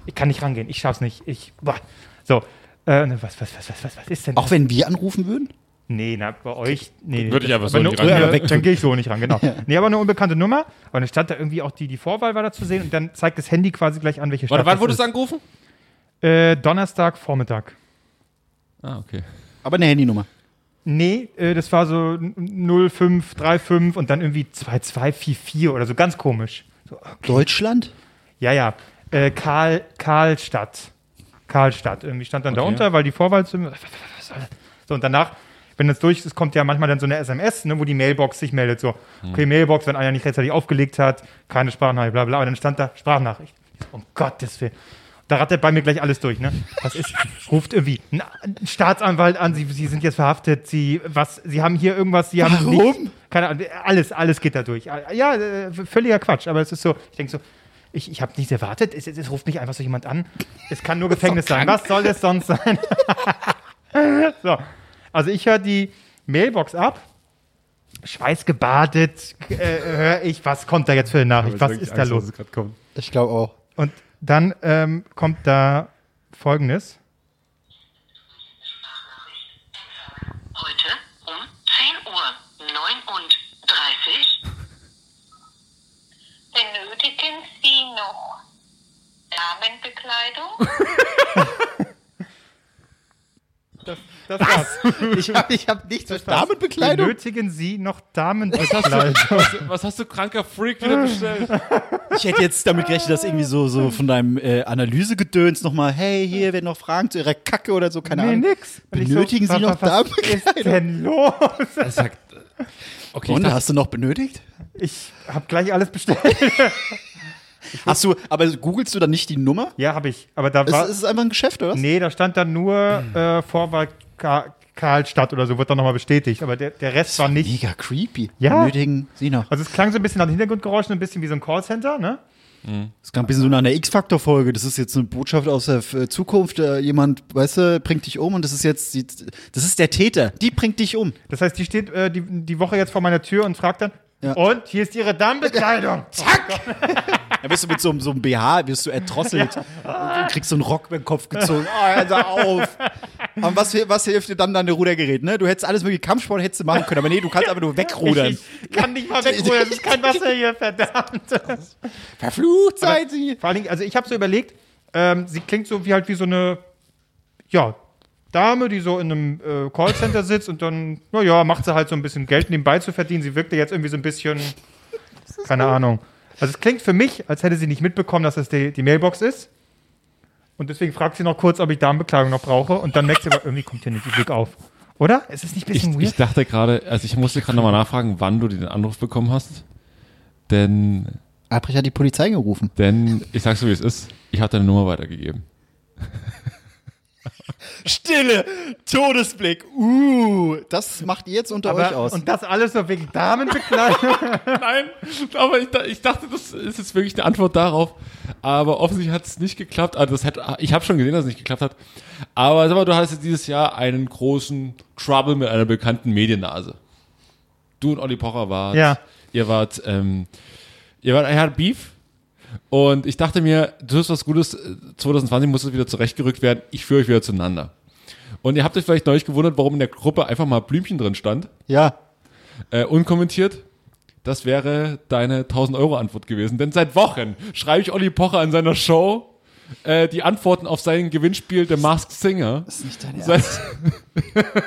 Ich kann nicht rangehen. Ich schaff's nicht. Ich, boah. So. Äh, was, was, was, was, was, was ist denn
Auch wenn wir anrufen würden?
Nee, na, bei euch. Nee,
Würde ich einfach so
aber nur-
nicht rangehen.
ja,
Ja, wegtun.
Dann gehe ich so nicht ran, genau. Nee, aber eine unbekannte Nummer. Und dann stand da irgendwie auch die, die Vorwahl war da zu sehen und dann zeigt das Handy quasi gleich an, welche Stadt.
Warte, wann
das
wurdest
ist.
du angerufen?
Äh, Donnerstag, Vormittag.
Ah, okay.
Aber eine Handynummer.
Nee, äh, das war so n- 0535 und dann irgendwie 2244 oder so, ganz komisch.
Deutschland?
Ja, ja. Äh, Karl, Karlstadt. Karlstadt. Irgendwie stand dann da
Okay.
unter, weil die Vorwahl zu. was soll das? So, und danach, wenn das durch ist, kommt ja manchmal dann so eine SMS, ne, wo die Mailbox sich meldet. So, okay, Mailbox, wenn einer nicht rechtzeitig aufgelegt hat, keine Sprachnachricht, bla bla. Und dann stand da Sprachnachricht. Um Gottes Willen. Da rattert bei mir gleich alles durch, ne? Was ist? Ruft irgendwie ein ein Staatsanwalt an, sie, sie sind jetzt verhaftet, sie, was, sie haben hier irgendwas, sie haben.
Warum?
nichts. keine Ahnung, alles, alles geht da durch. Ja, äh, völliger Quatsch, aber es ist so, ich denke so, ich, ich habe nichts erwartet, es, es, es ruft mich einfach so jemand an. Es kann nur Gefängnis sein. Was soll es sonst sein? so, also ich höre die Mailbox ab. Schweißgebadet, äh, höre ich, was kommt da jetzt für eine Nachricht? Was ist da los?
Ich glaube auch.
Und dann ähm, kommt da folgendes.
Heute um 10 Uhr 39 benötigen Sie noch Damenbekleidung?
Das war's.
Ich habe ich hab nichts mit
Ah,
Damenbekleidung.
Benötigen Sie noch
hast du-
Damenbekleidung?
Was hast du kranker Freak wieder bestellt?
Ich hätte jetzt damit gerechnet, dass irgendwie so, so von deinem äh, Analysegedöns nochmal, hey, hier, wenn noch Fragen zu ihrer Kacke oder so, keine
Nee,
Ahnung.
nix. Und ich
Benötigen Sie
wa- wa-
noch
Was ist
Damenbekleidung?
denn los?
Okay, ich
Und
dachte,
hast du noch benötigt?
Ich habe gleich alles bestellt.
Hast du, aber googelst du dann nicht die Nummer?
Ja, habe ich. Aber da war.
Es, es ist einfach ein Geschäft, oder was?
nee, da stand dann nur äh, Vorwahl Ka Karlstadt oder so, wird dann nochmal bestätigt. Aber der, der Rest war nicht.
Mega creepy.
Ja.
Nötigen sie noch.
Also es klang so ein bisschen nach Hintergrundgeräuschen, ein bisschen wie so ein Callcenter, ne?
Das klang ein bisschen so nach einer X-Factor-Folge. Das ist jetzt eine Botschaft aus der F- Zukunft. Äh, Jemand, weißt du, bringt dich um und das ist jetzt, die, das ist der Täter. Die bringt dich um.
Das heißt, die steht äh, die, die Woche jetzt vor meiner Tür und fragt dann,
Ja.
und hier ist ihre Dammbekleidung.
Da wirst du mit so, einem- so einem BH, wirst du erdrosselt und, und kriegst so einen Rock über den Kopf gezogen. Oh, hör da auf. Und was, was hilft dir dann dein Rudergerät, ne? Du hättest alles mögliche Kampfsport hättest du machen können, aber nee, du kannst einfach nur wegrudern.
Ich kann nicht mal wegrudern, es ist kein Wasser hier, verdammt.
Verflucht seid sie.
Vor allen Dingen, also ich habe so überlegt, ähm, sie klingt so wie halt wie so eine, ja, Dame, die so in einem äh, Callcenter sitzt und dann, naja, macht sie halt so ein bisschen Geld nebenbei zu verdienen. Sie wirkte jetzt irgendwie so ein bisschen, keine Ahnung. Also es klingt für mich, als hätte sie nicht mitbekommen, dass das die, die Mailbox ist. Und deswegen fragt sie noch kurz, ob ich Damenbekleidung noch brauche. Und dann merkt sie, aber irgendwie kommt hier nicht die Blick auf. Oder? Ist es nicht ein
Ich,
bisschen
ich
weird?
dachte gerade, also ich musste gerade nochmal nachfragen, wann du den Anruf bekommen hast. Denn,
Albrecht hat die Polizei gerufen.
denn, ich sag's so wie es ist, ich habe deine Nummer weitergegeben.
Stille, Todesblick. Uh, das macht ihr jetzt unter euch
aber,
aus.
und das alles nur wegen Damenbekleidung?
Nein, aber ich, da- ich dachte, das ist jetzt wirklich eine Antwort darauf. Aber offensichtlich hat es nicht geklappt. Also das hat, ich habe schon gesehen, dass es nicht geklappt hat. Aber sag mal, du hast jetzt dieses Jahr einen großen Trouble mit einer bekannten Mediennase. Du und Olli Pocher wart.
Ja.
Ihr wart, ähm, ihr wart, ihr hattet Beef. Und ich dachte mir, du hast was Gutes, äh, 2020 muss es wieder zurechtgerückt werden. Ich führe euch wieder zueinander. Und ihr habt euch vielleicht neulich gewundert, warum in der Gruppe einfach mal Blümchen drin stand
ja.
äh, unkommentiert. Das wäre deine 1000 Euro Antwort gewesen. Denn seit Wochen schreibe ich Olli Pocher in seiner Show äh, die Antworten auf sein Gewinnspiel The Masked Singer.
Das ist nicht dein Ernst.
Das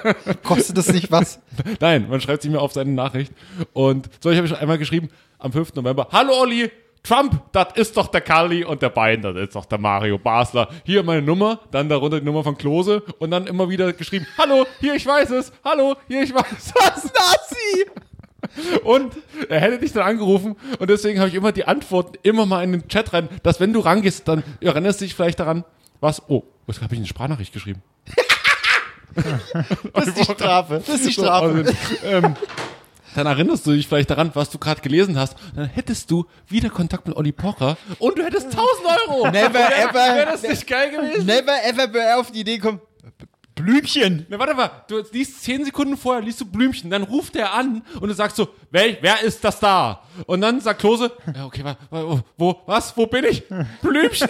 heißt,
Kostet das nicht was?
nein, man schreibt sie mir auf seine Nachricht. Und so, ich habe schon einmal geschrieben am 5. November, Hallo Olli, Trump, das ist doch der Kalli und der Bein, das ist doch der Mario Basler. Hier meine Nummer, dann darunter die Nummer von Klose und dann immer wieder geschrieben, Hallo, hier ich weiß es, hallo, hier ich weiß es. Das ist Nazi! Und er hätte dich dann angerufen und deswegen habe ich immer die Antworten immer mal in den Chat rein, dass wenn du rangehst, dann erinnerst du dich vielleicht daran, was, oh, was habe ich eine Sprachnachricht geschrieben?
Das ist die Strafe. Das ist die
So,
Strafe.
also, ähm, dann erinnerst du dich vielleicht daran, was du gerade gelesen hast. Dann hättest du wieder Kontakt mit Olli Pocher und du hättest 1000 Euro.
Never
Wäre-
ever.
Wäre das nicht geil gewesen?
Never ever wäre auf die Idee kommen. Blümchen.
Na, warte mal, du liest zehn Sekunden vorher, liest du Blümchen, dann ruft er an und du sagst so, wer, wer ist das da? Und dann sagt Klose, ja, okay, wa, wa, wo, was, wo bin ich? Blümchen?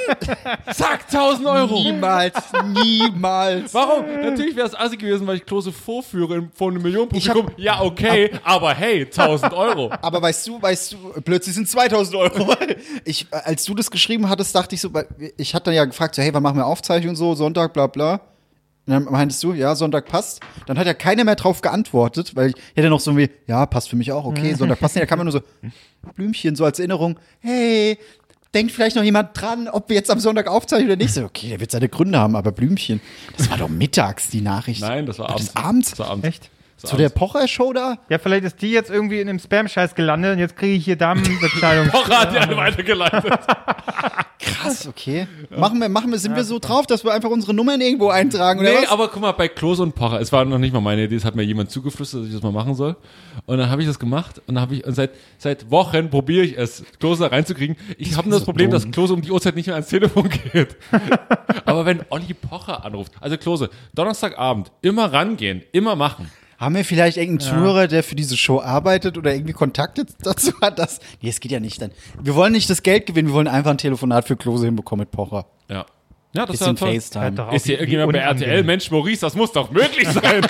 Zack, 1000 Euro.
Niemals, niemals.
Warum? Natürlich wäre es assi gewesen, weil ich Klose vorführe im- vor einem Millionenpublikum. Ja, okay, aber hey, 1000 Euro.
Aber weißt du, weißt du, plötzlich sind 2000 Euro. Ich, äh, als du das geschrieben hattest, dachte ich so, weil ich hatte dann ja gefragt, so, hey, wann machen wir Aufzeichnung so, Sonntag, bla, bla. Und dann meintest du, ja, Sonntag passt. Dann hat ja keiner mehr drauf geantwortet, weil ich hätte noch so wie, ja, passt für mich auch, okay, Sonntag passt. nicht. Da kam man nur so, Blümchen, so als Erinnerung, hey, denkt vielleicht noch jemand dran, ob wir jetzt am Sonntag aufzeichnen oder nicht. So, okay, der wird seine Gründe haben, aber Blümchen, das war doch mittags die Nachricht.
Nein, das war abends.
Das abends?
Das war abends.
Echt?
Das
Zu
war
der
abends.
Pocher-Show da?
Ja, vielleicht ist die jetzt irgendwie in einem Spam-Scheiß gelandet und jetzt kriege ich hier Damenbekleidung.
Pocher hat die alle weitergeleitet.
Krass, okay. Machen wir, machen wir, sind wir so drauf, dass wir einfach unsere Nummern irgendwo eintragen oder
nee,
was?
aber guck mal, bei Klose und Pocher, es war noch nicht mal meine Idee, es hat mir jemand zugeflüstert, dass ich das mal machen soll. Und dann habe ich das gemacht und dann habe ich und seit seit Wochen probiere ich es, Klose da reinzukriegen. Ich habe nur das Problem, dass Klose um die Uhrzeit nicht mehr ans Telefon geht. aber wenn Olli Pocher anruft, also Klose, Donnerstagabend, immer rangehen, immer machen.
Haben wir vielleicht irgendeinen Zuhörer, der für diese Show arbeitet oder irgendwie Kontakte dazu hat? Das, nee, es geht ja nicht dann. Wir wollen nicht das Geld gewinnen, wir wollen einfach ein Telefonat für Klose hinbekommen mit Pocher.
Ja. Ja, das
Bisschen
war toll.
Halt
FaceTime.
Ist hier irgendjemand bei RTL? Mensch, Maurice, das muss doch möglich sein.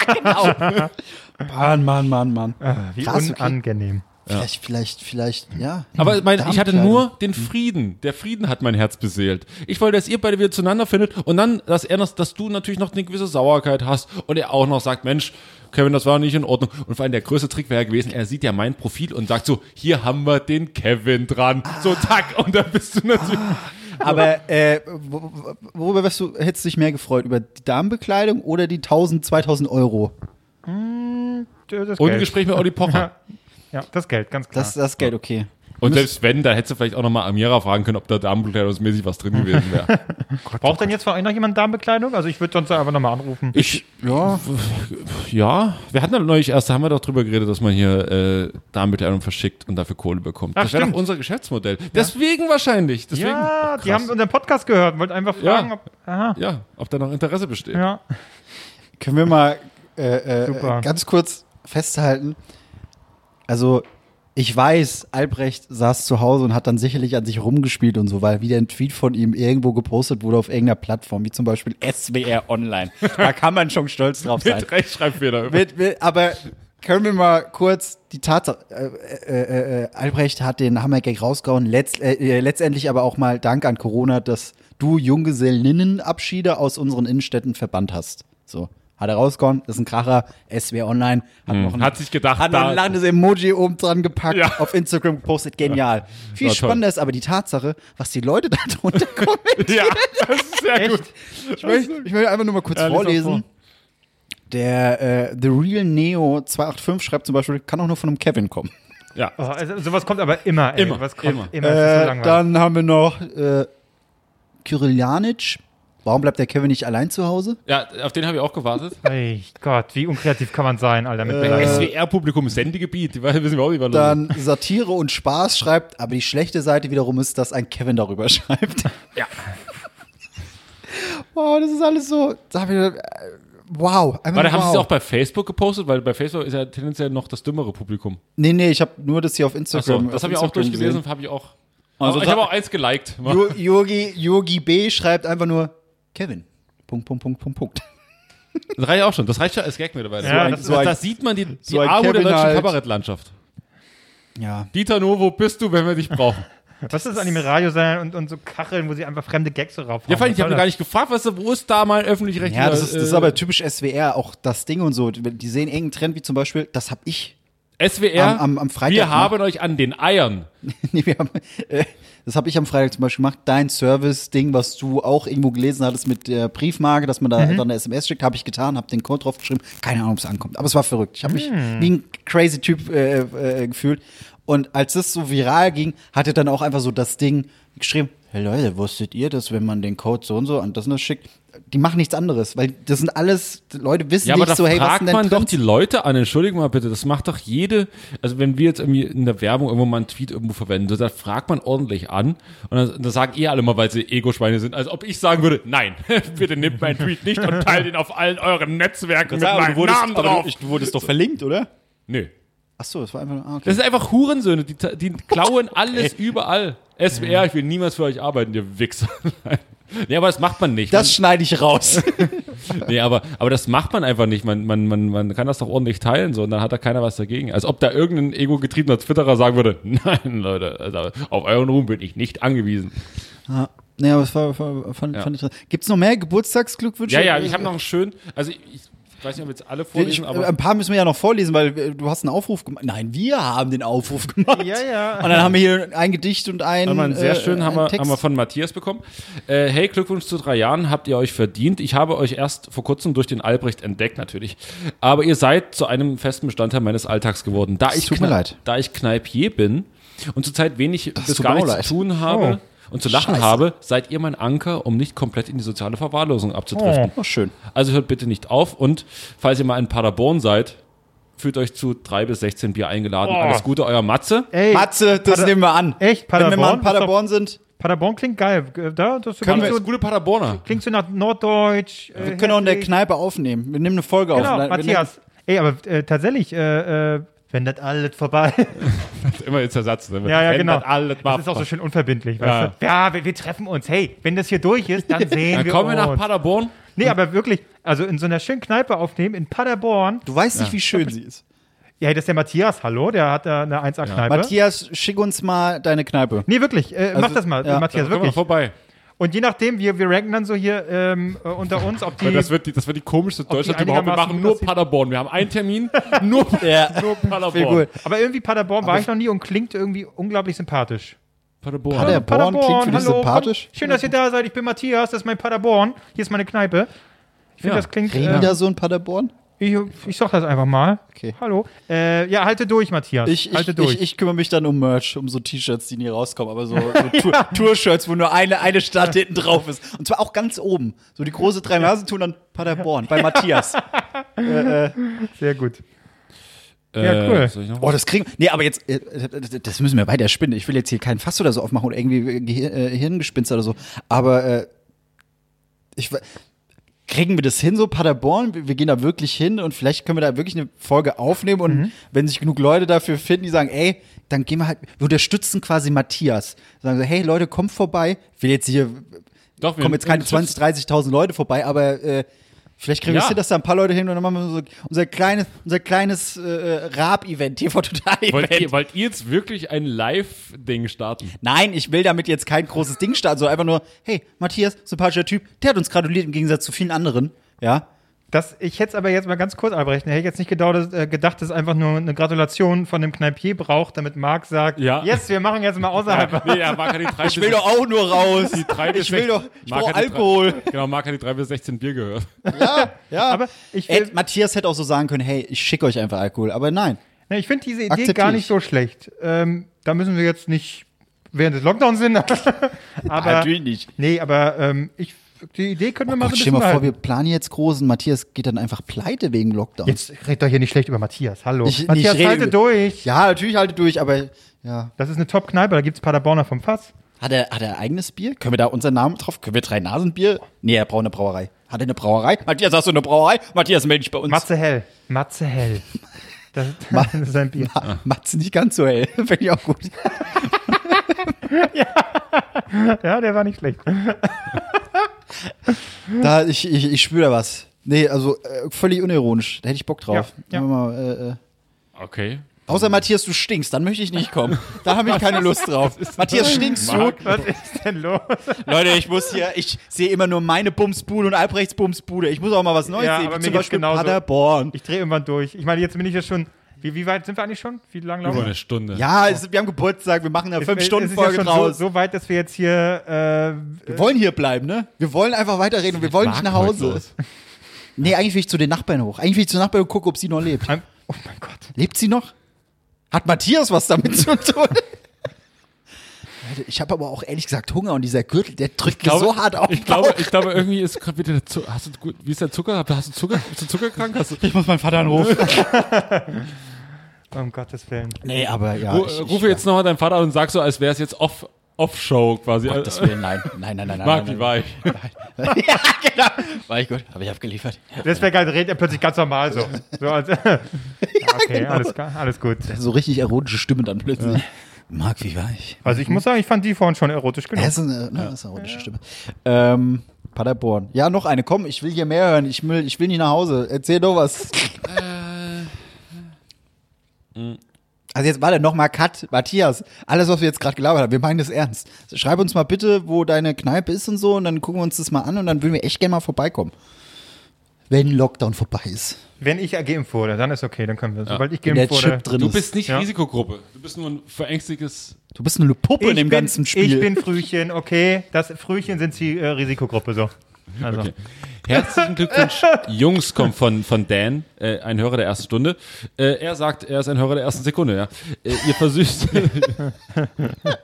Mann, Mann, Mann, Mann.
Ah,
Ah,
Wie
Krass, okay.
unangenehm.
Vielleicht, vielleicht, vielleicht, ja.
Aber mein, ich hatte
Damenkleidung.
nur den Frieden. Der Frieden hat mein Herz beseelt. Ich wollte, dass ihr beide wieder zueinander findet und dann, dass er noch, dass du natürlich noch eine gewisse Sauerkeit hast und er auch noch sagt, Mensch, Kevin, das war nicht in Ordnung. Und vor allem der größte Trick wäre gewesen, er sieht ja mein Profil und sagt so, hier haben wir den Kevin dran. So, tack, und dann bist du natürlich.
Aber äh, wo- wo- worüber wärst du, hättest du dich mehr gefreut? Über die Damenbekleidung oder die 1000, 2000 Euro?
Das
Und ein
Geld.
Gespräch mit Olli Pocher.
Ja, das Geld, ganz klar.
Das, das Geld, okay.
Und selbst wenn, da hättest du vielleicht auch nochmal Amira fragen können, ob da damenbekleidungsmäßig was drin gewesen wäre.
Braucht denn jetzt von euch noch jemand Damenbekleidung? Also ich würde sonst einfach nochmal anrufen.
Ich, ja, ja. Wir hatten ja neulich erst, da haben wir doch drüber geredet, dass man hier äh, Damenbekleidung verschickt und dafür Kohle bekommt.
Ach,
das wäre doch
stimmt.
unser Geschäftsmodell. Deswegen wahrscheinlich. Deswegen.
ja,
Oh,
die
krass.
haben unseren Podcast gehört, wollten einfach
Ja.
fragen, ob. Aha,
ja, ob da noch Interesse besteht.
ja.
Können wir mal äh,
Super.
äh, ganz kurz festhalten? Also, ich weiß, Albrecht saß zu Hause und hat dann sicherlich an sich rumgespielt und so, weil wieder ein Tweet von ihm irgendwo gepostet wurde auf irgendeiner Plattform, wie zum Beispiel SWR Online. Da kann man schon stolz drauf sein.
Mit Rechtschreibfehler.
Mit, mit, aber können wir mal kurz die Tatsache. Äh, äh, äh, Albrecht hat den Hammergag rausgehauen. Letzt, äh, äh, letztendlich aber auch mal Dank an Corona, dass du Junggesellinnenabschiede aus unseren Innenstädten verbannt hast. So. Hat er rausgehauen, ist ein Kracher, SWR Online, hat noch ein,
Hm, Hat sich gedacht,
hat noch
da-
ein langes Emoji oben dran gepackt,
Ja.
auf Instagram gepostet, genial. Viel
toll.
spannender ist aber die Tatsache, was die Leute da drunter kommentieren.
Ja, das ist sehr
Echt?
gut.
Ich möchte, ich möchte einfach nur mal kurz
Ja, lies mal
vorlesen.
vor.
Der äh, The Real Neo 285 schreibt zum Beispiel, kann auch nur von einem Kevin komkommen.
Ja.
Oh, also, sowas kommt aber immer. Ey.
Immer,
Was kommt
immer.
immer. Es ist so
Äh,
langweilig.
dann haben wir noch äh, Kyrillianic. Warum bleibt der Kevin nicht allein zu Hause?
ja, auf den habe ich auch gewartet.
Ey Gott, wie unkreativ kann man sein, Alter. Mit
SWR-Publikum, Sendegebiet, die wissen überhaupt nicht, was los
Dann Satire und Spaß schreibt, aber die schlechte Seite wiederum ist, dass ein Kevin darüber schreibt.
Ja.
Wow, das ist alles so. Da hab ich, gedacht, äh, wow. Einfach
Weil da haben sie
wow.
es auch bei Facebook gepostet, weil bei Facebook ist ja tendenziell noch das dümmere Publikum.
nee, nee, ich habe nur das hier auf
Achso,
Instagram.
das
auf
habe ich auch
Instagram
durchgelesen, habe ich auch. Also
Also
ich
da-
habe auch eins geliked.
Jo- Yogi, Yogi B schreibt einfach nur Kevin. Punkt, Punkt, Punkt, Punkt, Punkt.
Das reicht auch schon. Das reicht schon als Gag mittlerweile.
Ja, das
Ja, das,
ist
das,
ein-
das sieht man die, die
so ein
Armut der
Kevin
deutschen
halt.
Kabarettlandschaft.
Ja.
Dieter No, wo bist du, wenn wir dich brauchen?
Was ist an dem Radio sein und, und so Kacheln, wo sie einfach fremde Gags so raufhauen?
ja, vor allem, ich habe
Was
gar
soll
nicht gefragt, weißt du, wo ist da mal öffentlich-rechtlicher...
Ja, das ist, das ist
äh,
aber typisch SWR, auch das Ding und so. Die sehen engen Trend, wie zum Beispiel, das hab ich.
SWR,
am- am- am Freitag ne?
wir
noch.
haben euch an den Eiern.
Nee, wir haben, äh, das hab ich am Freitag zum Beispiel gemacht. Dein Service-Ding, was du auch irgendwo gelesen hattest mit der Briefmarke, dass man da
Mhm.
dann eine SMS schickt, habe ich getan, habe den Code draufgeschrieben. Keine Ahnung, ob es ankommt. Aber es war verrückt. Ich habe mich
Mhm.
wie ein crazy Typ äh, äh, gefühlt. Und als das so viral ging, hat er dann auch einfach so das Ding geschrieben. Hey Leute, wusstet ihr, dass wenn man den Code so und so an das und das schickt, die machen nichts anderes, weil das sind alles Leute wissen
Ja, aber
nicht
da
so, hey, was
fragt
sind denn
man doch
Trends?
die Leute an, entschuldige mal bitte, das macht doch jede, also wenn wir jetzt irgendwie in der Werbung irgendwo mal einen Tweet irgendwo verwenden, da fragt man ordentlich an und dann, dann sagen eh alle mal, weil sie Ego-Schweine sind, als ob ich sagen würde, nein, bitte nehmt meinen Tweet nicht und teilt ihn auf allen euren Netzwerken mit meinem Namen drauf.
du, wurdest doch verlinkt, oder?
Nö.
Ach so, das war einfach nur, ah, okay.
Das sind einfach Hurensöhne, die, ta- die klauen alles überall. SWR, ich will niemals für euch arbeiten, ihr Wichser. Nee, aber das macht man nicht.
Das schneide ich raus.
Nee, aber, aber das macht man einfach nicht. Man, man, man, man kann das doch ordentlich teilen so und dann hat da keiner was dagegen. Als ob da irgendein ego-getriebener Twitterer sagen würde, nein, Leute, also auf euren Ruhm bin ich nicht angewiesen.
Ja, nee, aber es war, war, fand,
Ja.
fand ich Gibt es noch mehr Geburtstagsglückwünsche?
Ja, ja, ich habe noch einen schönen, also ich, ich weiß nicht, ob jetzt alle
Ich,
vorlesen,
äh,
aber
ein paar müssen wir ja noch vorlesen, weil äh, du hast einen Aufruf gemacht. Nein, wir haben den Aufruf gemacht.
Ja, ja.
Und dann haben wir hier ein Gedicht und ein.
haben wir einen sehr
äh,
schönen haben
einen
wir,
Text.
haben wir von Matthias bekommen. Äh, hey, Glückwunsch zu drei Jahren, habt ihr euch verdient. Ich habe euch erst vor kurzem durch den Albrecht entdeckt, natürlich. Aber ihr seid zu einem festen Bestandteil meines Alltags geworden. Da ich
tut mir
Kne-
leid.
Da ich Kneipier bin und zurzeit wenig bis
tut
gar
mir auch
nichts
leid. Oh.
zu tun habe und zu lachen
Scheiße.
habe, seid ihr mein Anker, um nicht komplett in die soziale Verwahrlosung abzudriften.
Oh, schön.
Also hört bitte nicht auf und falls ihr mal in Paderborn seid, fühlt euch zu drei bis 16 Bier eingeladen.
Oh.
Alles Gute, euer Matze.
Ey,
Matze, das
Pader-
nehmen wir an.
Echt?
Wenn wir mal
Paderborn?
in Paderborn sind,
Paderborn klingt geil. Äh, Da, das klingt,
Das
so,
sind gute Paderborner.
klingt so nach Norddeutsch. äh,
wir können auch in der
herzlich.
Kneipe aufnehmen. Wir nehmen eine Folge auf.
Genau,
Dann- wir
Matthias. Ey, aber äh, tatsächlich, äh, äh, wenn das alles vorbei
Immer jetzt der Satz. Ne?
Ja, ja,
Wenn
genau.
das alles
Das ist auch so schön unverbindlich. Ja, weißt du? ja wir, wir treffen uns. Hey, wenn das hier durch ist, dann sehen
Dann
wir
kommen wir
uns.
nach Paderborn.
Nee, aber wirklich, also in so einer schönen Kneipe aufnehmen in Paderborn.
Du weißt nicht, wie schön sie ist.
Ja, das ist der Matthias, hallo, der hat da eine 1A-Kneipe.
Matthias, schick uns mal deine Kneipe.
Nee, wirklich, äh, mach das mal,
ja,
Matthias,
Komm mal
wirklich. Mhm.
vorbei.
Und je nachdem, wir, wir ranken dann so hier ähm, äh, unter uns, ob die.
Das wird die, das wird die komischste Deutschland überhaupt. Wir
einigermaßen
machen nur
gut
Paderborn. Wir haben einen Termin, nur,
Ja.
nur
Viel
Paderborn.
gut.
aber irgendwie Paderborn war ich noch nie und klingt irgendwie unglaublich sympathisch.
Paderborn.
Paderborn. klingt für dich sympathisch?
komm, schön, dass ihr da seid. Ich bin Matthias, das ist mein Paderborn. Hier ist meine Kneipe. Ich finde,
Ja.
das klingt.
Reden
äh,
die da so in Paderborn?
Ich, ich sag das einfach mal.
Okay.
Hallo. Äh, ja, halte durch, Matthias.
Ich, ich,
halte
ich,
durch.
ich, kümmere mich dann um Merch, um so T-Shirts, die nie rauskommen, aber so, so Tour- Tour-Shirts, wo nur eine, eine Stadt hinten drauf ist. Und zwar auch ganz oben. So die große drei Nasen tun dann Paderborn bei Matthias.
Sehr gut.
Äh,
cool.
soll ich noch
Boah, Oh, das kriegen. Nee, aber jetzt, äh, das müssen wir bei der Spinne. Ich will jetzt hier kein Fass oder so aufmachen oder irgendwie Gehir äh, Hirngespinst oder so. Aber äh, ich we- kriegen wir das hin, so Paderborn? Wir wir gehen da wirklich hin und vielleicht können wir da wirklich eine Folge aufnehmen. Und wenn sich genug Leute dafür finden, die sagen, ey, dann gehen wir halt, wir unterstützen quasi Matthias. Sagen so, hey Leute, kommt vorbei. Ich will jetzt hier,
Doch, wir
kommen jetzt keine
unterstützen-
20, 30.000 Leute vorbei, aber äh, vielleicht kriegen wir
Ja.
es hin, dass da ein paar Leute hin und dann machen wir so unser kleines, unser kleines äh, Rab-Event hier vor Total
Wollt ihr,
Event.
wollt ihr jetzt wirklich ein Live-Ding starten?
Nein, ich will damit jetzt kein großes Ding starten, sondern einfach nur, hey, Matthias, sympathischer Typ, der hat uns gratuliert im Gegensatz zu vielen anderen. Ja,
Das, ich hätte es aber jetzt mal ganz kurz abbrechen. Hätte ich jetzt nicht gedacht, dass, äh, gedacht, dass es einfach nur eine Gratulation von dem Kneipier braucht, damit Marc sagt,
Ja.
yes, wir machen jetzt mal außerhalb.
Nee, er mag ja die drei
ich will doch auch nur raus.
die drei bis
ich will
sech-
doch, ich
Marc
brauche
hat die drei-
Alkohol.
Genau, Marc hat die drei bis 16 Bier gehört.
Ja,
Aber ich
Ey,
will-
Matthias hätte auch so sagen können, hey, ich schicke euch einfach Alkohol, aber nein.
Ne, ich finde diese Idee
Akzeptiere
gar
ich.
nicht so schlecht. Ähm, da müssen wir jetzt nicht während des Lockdowns hin. aber,
Natürlich nicht.
Nee, aber ähm, ich, die Idee können wir mal
Oh Gott,
so ein bisschen
stell dir mal vor,
behalten.
wir planen jetzt groß und Matthias geht dann einfach pleite wegen Lockdown.
Jetzt redet doch hier nicht schlecht über Matthias. Hallo.
Ich-
Matthias,
ich rede
halte
über-
durch.
Ja, natürlich halte durch, aber ja.
Das ist eine Top-Kneipe, da gibt's Paderborner vom Fass.
Hat er, hat er eigenes Bier? Können wir da unseren Namen drauf? Können wir drei Nasenbier? Nee, er braucht eine Brauerei. Hat er eine Brauerei? Matthias, hast du eine Brauerei? Matthias, melde dich bei uns.
Matze Hell. Matze Hell. Das, das ist sein Bier.
Ma Matze nicht ganz so hell. Finde ich auch gut.
Ja, der war nicht schlecht.
Da, ich, ich, ich spüre da was. Nee, also äh, völlig unironisch. Da hätte ich Bock drauf.
Ja, ja.
Wenn wir Mal, äh, äh.
Okay.
Außer Matthias, du stinkst, dann möchte ich nicht kommen. Da habe ich keine Lust drauf. Matthias, stinkst du?
Was ist denn los?
Leute, ich muss hier, ich sehe immer nur meine Bumsbude und Albrechts Bumsbude. Ich muss auch mal was Neues
Ja,
sehen,
aber
wie
mir
zum
geht's
Beispiel
genauso.
Paderborn.
Ich drehe irgendwann durch. Ich meine, jetzt bin ich ja schon. Wie, wie weit sind wir eigentlich schon? Wie lange
Über
laufen
eine
wir?
Stunde.
Ja, es, wir haben Geburtstag, wir machen eine
Es- es ist ja
5-Stunden-Folge
schon
draus.
So, so weit, dass wir jetzt hier. Äh,
Wir wollen hier bleiben, ne? Wir wollen einfach weiterreden und wir wollen nicht
Marc
nach
heute
Hause.
los.
Nee, eigentlich will ich zu den Nachbarn hoch. Eigentlich will ich zu den Nachbarn und gucke, ob sie noch lebt.
ein- oh mein Gott.
Lebt sie noch? Hat Matthias was damit zu tun? Leute, Ich habe aber auch ehrlich gesagt Hunger und dieser Gürtel, der drückt mir so hart auf. den
Ich glaube,
Bauch.
ich glaube irgendwie ist gerade wieder der Zucker. Hast du, gut- wie ist der Zucker? Hast du Zucker? Bist du zuckerkrank? Hast du,
ich muss meinen Vater anrufen.
Um Gottes Willen.
Nee, aber ja.
Ru-
ich, ich,
rufe jetzt nochmal deinen Vater an und sag so, als wäre es jetzt off- Off-Show quasi.
Gott, das will, nein, nein, nein, nein. nein,
Marc, wie
nein.
war ich?
ja, genau. War ich gut, aber ich habe geliefert.
Das wäre geil, da redet er plötzlich ganz normal so. so als, ja, okay,
genau.
alles, klar, alles gut.
So richtig erotische Stimme dann plötzlich. Marc, wie war ich?
Also ich muss sagen, ich fand die vorhin schon erotisch genug.
Das ist eine, ne, das ist eine ironische Stimme. Ähm, Paderborn. Ja, noch eine. Komm, ich will hier mehr hören. Ich will, ich will nicht nach Hause. Erzähl doch was. Also jetzt warte, noch mal Cut. Matthias, alles, was wir jetzt gerade gelabert haben, wir meinen das ernst. Schreib uns mal bitte, wo deine Kneipe ist und so und dann gucken wir uns das mal an und dann würden wir echt gerne mal vorbeikommen. Wenn Lockdown vorbei ist.
Wenn ich geimpft wurde, dann ist okay, dann können wir. Sobald ich
Wenn der
geimpft wurde.
Chip drin
Du
ist.
bist nicht
Ja.
Risikogruppe. Du bist nur ein verängstigtes.
du bist eine Puppe
Ich
in dem
bin-
ganzen Spiel.
Ich bin Frühchen, okay. Das Frühchen sind die äh, Risikogruppe so. Also.
Herzlichen Glückwunsch. Jungs kommt von, von Dan, äh, ein Hörer der ersten Stunde. Äh, er sagt, er ist ein Hörer der ersten Sekunde, ja. Äh, ihr versüßt. war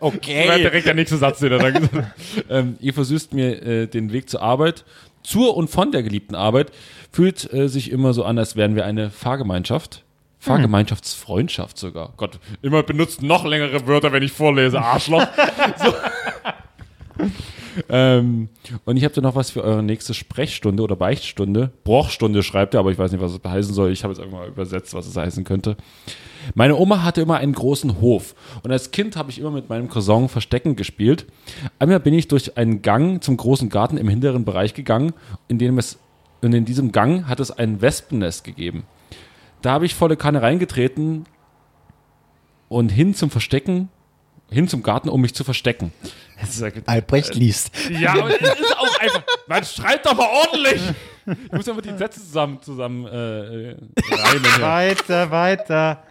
okay.
direkt der nächste Satz, den er dann gesagt hat. ähm, ihr versüßt mir äh, den Weg zur Arbeit, zur und von der geliebten Arbeit. Fühlt äh, sich immer so an, als wären wir eine Fahrgemeinschaft. Fahrgemeinschaftsfreundschaft sogar. Gott, immer benutzt noch längere Wörter, wenn ich vorlese, Arschloch. so. ähm, und ich habe da noch was für eure nächste Sprechstunde oder Beichtstunde. Brochstunde schreibt er, aber ich weiß nicht, was es heißen soll. Ich habe jetzt irgendwann mal übersetzt, was es heißen könnte. Meine Oma hatte immer einen großen Hof und als Kind habe ich immer mit meinem Cousin Verstecken gespielt. Einmal bin ich durch einen Gang zum großen Garten im hinteren Bereich gegangen, in dem es und in diesem Gang hat es ein Wespennest gegeben. Da habe ich volle Kanne reingetreten und hin zum Verstecken, hin zum Garten, um mich zu verstecken. Das ist ja-
Äh.
Albrecht liest.
ja, aber das ist auch einfach. Man schreibt doch mal ordentlich. Ich muss einfach die Sätze zusammen zusammen äh, äh, reimen. hier.
Weiter, weiter.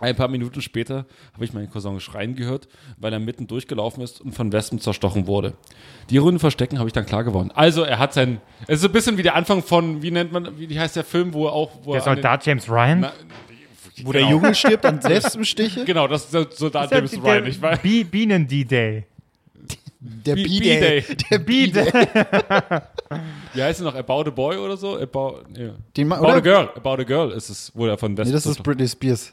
Ein paar Minuten später habe ich meinen Cousin schreien gehört, weil er mitten durchgelaufen ist und von Wespen zerstochen wurde. Die Runde verstecken habe ich dann klar gewonnen. Also er hat sein, es ist so ein bisschen wie der Anfang von, wie nennt man, wie heißt der Film, wo er auch, wo
Der
er an
Soldat James Ryan?
den,
Wo der Junge stirbt an Selbstbestiche.
genau, das ist der Soldat James
Der-
Ryan, ich
der
weiß.
Bi- Bienen-D-Day.
Der
B-
B-Day.
B-Day.
Der B-Day.
Wie heißt er noch? About a Boy oder so? About, nee.
Den Ma-
About a
oder?
Girl. About a Girl ist es, wo er von Wespen
Nee, das ist Britney Spears.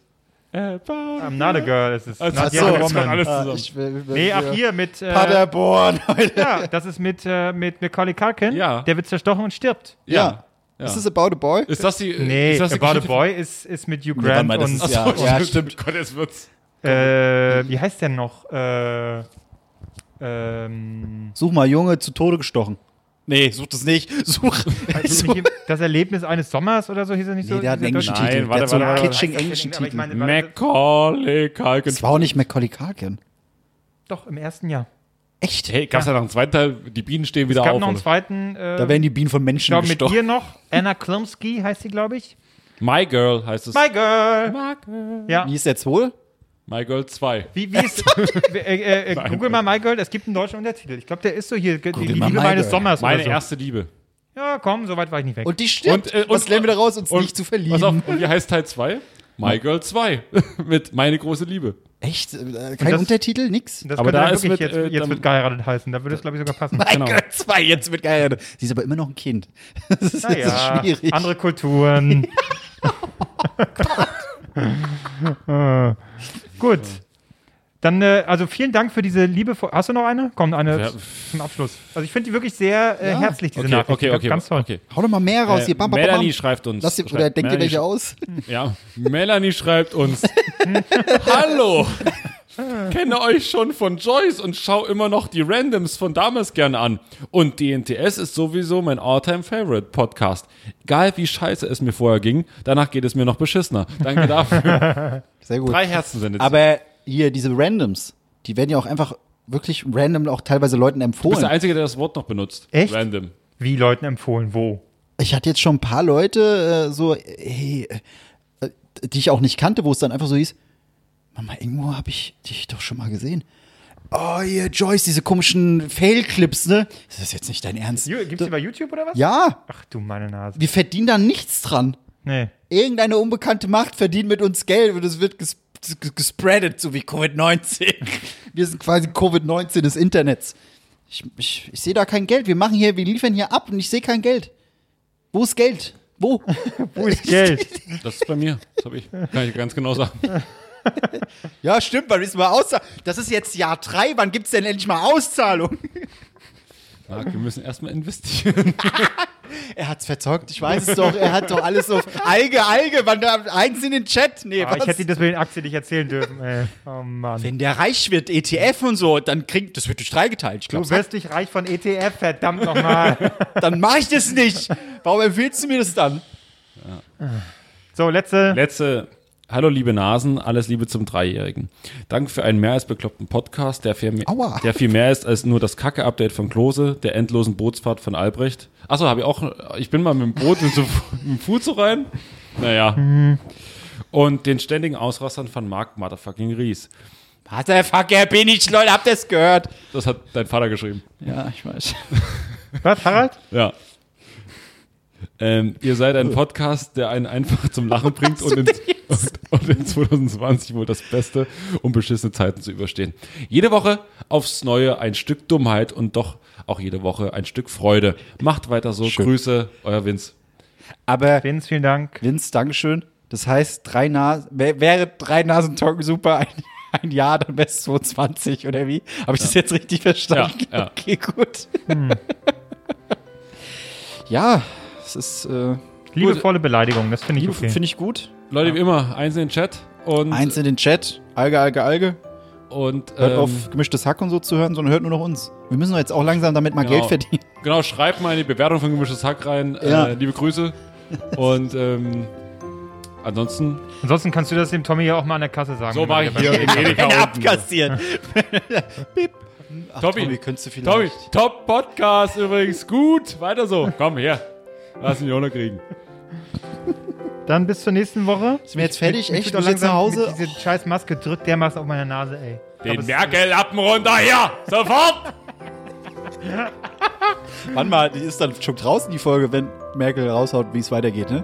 zerstochen
I'm not a girl. Es ist
Also,
not
ach
yet
so,
a
das
woman.
kommt alles
Ah,
zusammen.
ich will- will-
Nee, ach
will-
hier mit, äh,
Paderborn, Leute.
ja, das ist mit, äh, mit Macaulay Culkin.
Ja.
Der wird zerstochen und stirbt.
Ja. Ist das About a Boy?
Ist das die,
Nee,
ist das die
About a
Geschichte-
Boy ist, ist mit Hugh
warte
Grant
mal, das
und
ist ja-
Ach so,
Ja, stimmt.
Gott, es wird's.
äh, wie heißt der noch? Äh, ähm,
Such mal Junge zu Tode gestochen. Nee, such das nicht. Such.
also hier, das Erlebnis eines Sommers oder so hieß er nicht so.
nee, der hat einen
dieser
englischen
deutsche-
Nein,
Titel.
warte,
der hat so einen
warte, warte.
catching
Ich weiß
englischen
nicht, aber ich
Titel.
meine-
Macaulay Culkin.
Das war auch nicht Macaulay Culkin.
Doch, im ersten Jahr.
Echt?
Hey, gab's ja. noch einen zweiten Teil? Die Bienen stehen wieder
Es gab
auf.
noch einen
oder?
zweiten. Äh,
Da werden die Bienen von
ich
Menschen
glaube, mit
gestochen.
dir noch. Anna Klumski heißt sie, glaube ich.
My Girl heißt es.
My Girl. Ja.
Wie ist der zweite?
My Girl 2.
Wie, wie ist. äh, äh, äh, Google mal My Girl. Es gibt einen deutschen Untertitel. Ich glaube, der ist so hier. die die
mal
Liebe
My
meines
Girl.
Sommers.
Meine
oder so.
erste Liebe.
Ja, komm, so weit war ich nicht weg.
Und die stirbt.
Und, äh, und-
Was lernen wir daraus, uns
und-
nicht zu
Pass
verlieben?
auf, und wie heißt Teil 2? My Girl 2. mit Meine große Liebe.
Echt? Äh, Kein
das-
Untertitel? Nix?
das
aber
könnte
da
dann
ist
wirklich
mit,
jetzt,
äh,
jetzt
dann-
wird geheiratet heißen. Da würde es, glaube ich, sogar passen.
Mein Gott, zwei jetzt mit geil. Sie ist aber immer noch ein Kind. Das ist, das ist
Naja,
schwierig.
andere Kulturen. Äh, Gut. Dann, äh, also vielen Dank für diese liebe. Hast du noch eine? Komm, eine
Ja.
zum Abschluss. Also ich finde die wirklich sehr äh, herzlich, diese
Okay,
Nachricht.
okay, okay.
Ganz toll.
okay.
Hau doch mal mehr raus
Äh,
hier. Bam, bam, bam, bam.
Melanie schreibt uns.
Lass dir,
schreibt,
oder denk dir
Melanie
welche
sch-
aus.
Ja, Melanie schreibt uns. Hallo! Kenne euch schon von Joyce und schau immer noch die Randoms von damals gerne an. Und DNTS ist sowieso mein Alltime favorite Podcast. Egal wie scheiße es mir vorher ging, danach geht es mir noch beschissener. Danke dafür.
Sehr gut.
Drei Herzen sind jetzt.
Aber hier, diese Randoms, die werden ja auch einfach wirklich random auch teilweise Leuten
du bist der
empfohlen.
Einzige, der das Wort noch benutzt.
Echt?
Random.
Wie Leuten empfohlen, wo?
Ich hatte jetzt schon ein paar Leute äh, so, äh, hey, äh, die ich auch nicht kannte, wo es dann einfach so hieß, Mama, irgendwo habe ich dich doch schon mal gesehen. Oh, hier, Joyce, diese komischen Fail-Clips, ne? Das ist jetzt nicht dein Ernst.
Ju- Gibt's die bei YouTube oder was?
Ja,
Ach du meine Nase.
wir verdienen da nichts dran.
Nee.
Irgendeine unbekannte Macht verdient mit uns Geld und es wird ges ges- gespreadet, so wie Covid-19. Wir sind quasi Covid-19 des Internets. Ich, ich, ich sehe da kein Geld. Wir machen hier, wir liefern hier ab und ich sehe kein Geld. Wo ist Geld? Wo?
Wo ist Geld?
Das ist bei mir. Das habe ich. Kann ich ganz genau sagen.
ja, stimmt, wann ist mal Auszahlung? Das ist jetzt Jahr drei, wann gibt es denn endlich mal Auszahlung?
Marc, wir müssen erstmal investieren.
Er hat's verzockt, ich weiß es doch. Er hat doch alles auf Alge, Alge, wann da eins in den Chat? Nee,
Ah, ich
was?
hätte dir das mit den Aktien nicht erzählen dürfen. Ey. Oh Mann.
Wenn der reich wird, ETF und so, dann kriegt, das wird durch drei geteilt. Ich
du
glaub's
wirst dich reich von ETF, verdammt nochmal.
dann mache ich das nicht. Warum empfiehlst du mir das dann?
so, letzte.
Letzte. Hallo liebe Nasen, alles Liebe zum Dreijährigen. Danke für einen mehr als bekloppten Podcast, der viel, mehr-
Aua.
der viel mehr ist als nur das Kacke-Update von Klose, der endlosen Bootsfahrt von Albrecht. Achso, habe ich auch, ich bin mal mit dem Boot in so im Fuß rein. Naja. Und den ständigen Ausrastern von Marc Motherfucking Ries.
Motherfucker bin ich, Leute, habt ihr es gehört?
Das hat dein Vater geschrieben.
Ja, ich weiß.
Was, Harald?
Ja. Ähm, ihr seid ein Podcast, der einen einfach zum Lachen bringt und in, und, und in 2020 wohl das Beste, um beschissene Zeiten zu überstehen. Jede Woche aufs Neue ein Stück Dummheit und doch auch jede Woche ein Stück Freude. Macht weiter so. Grüße, euer Vince.
Aber
Vince, vielen Dank.
Vince, Dankeschön. Das heißt, drei Nasen, wär, wäre drei Nasen Talk super ein, ein Jahr, dann wär's 22 oder wie? Habe ich das jetzt richtig verstanden?
Ja, ja.
Okay, gut. ja, es ist, äh,
Liebevolle Beleidigung, das finde ich okay.
finde ich gut.
Leute, wie immer, eins in den Chat und,
Eins in den Chat, Alge, Alge, Alge.
und
Hört
ähm,
auf, gemischtes Hack und so zu hören, sondern hört nur noch uns. Wir müssen doch jetzt auch langsam damit mal
Genau.
Geld verdienen.
genau, schreibt mal in die Bewertung von Gemischtes Hack rein.
Ja.
Äh, liebe Grüße. Und ähm, ansonsten,
Ansonsten kannst du das dem Tommy ja auch mal an der Kasse sagen.
so
Wenn man
mache ich
dabei-
hier in Edeka unten.
Abkassieren.
Ach, Tommy,
könntest du vielleicht.
Tommy, top Podcast übrigens. Gut, weiter so. Komm her. Lass ihn Jona kriegen.
Dann bis zur nächsten Woche.
Sind wir jetzt fertig?
Ich
Echt?
bin
Ich jetzt nach Hause?
Diese scheiß Maske drückt dermaßen auf meine Nase, ey. Aber
Den
es-
Merkel-Lappen runter hier! Sofort!
Wann mal, die ist dann schon draußen die Folge, wenn Merkel raushaut, wie es weitergeht, ne?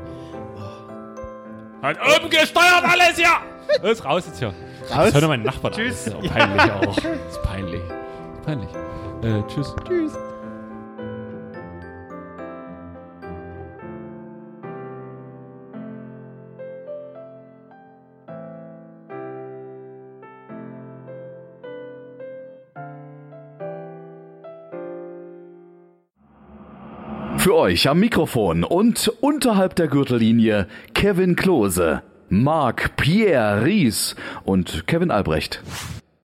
Hat Halt oben gesteuert alles hier! Los, raus jetzt hier.
Raus.
Das hört doch mein Nachbarn
Tschüss.
an. Das ist auch peinlich auch. Das ist peinlich. Das ist peinlich. Äh, tschüss. Tschüss.
Für euch am Mikrofon und unterhalb der Gürtellinie Kevin Klose, Marc Pierre Ries und Kevin Albrecht.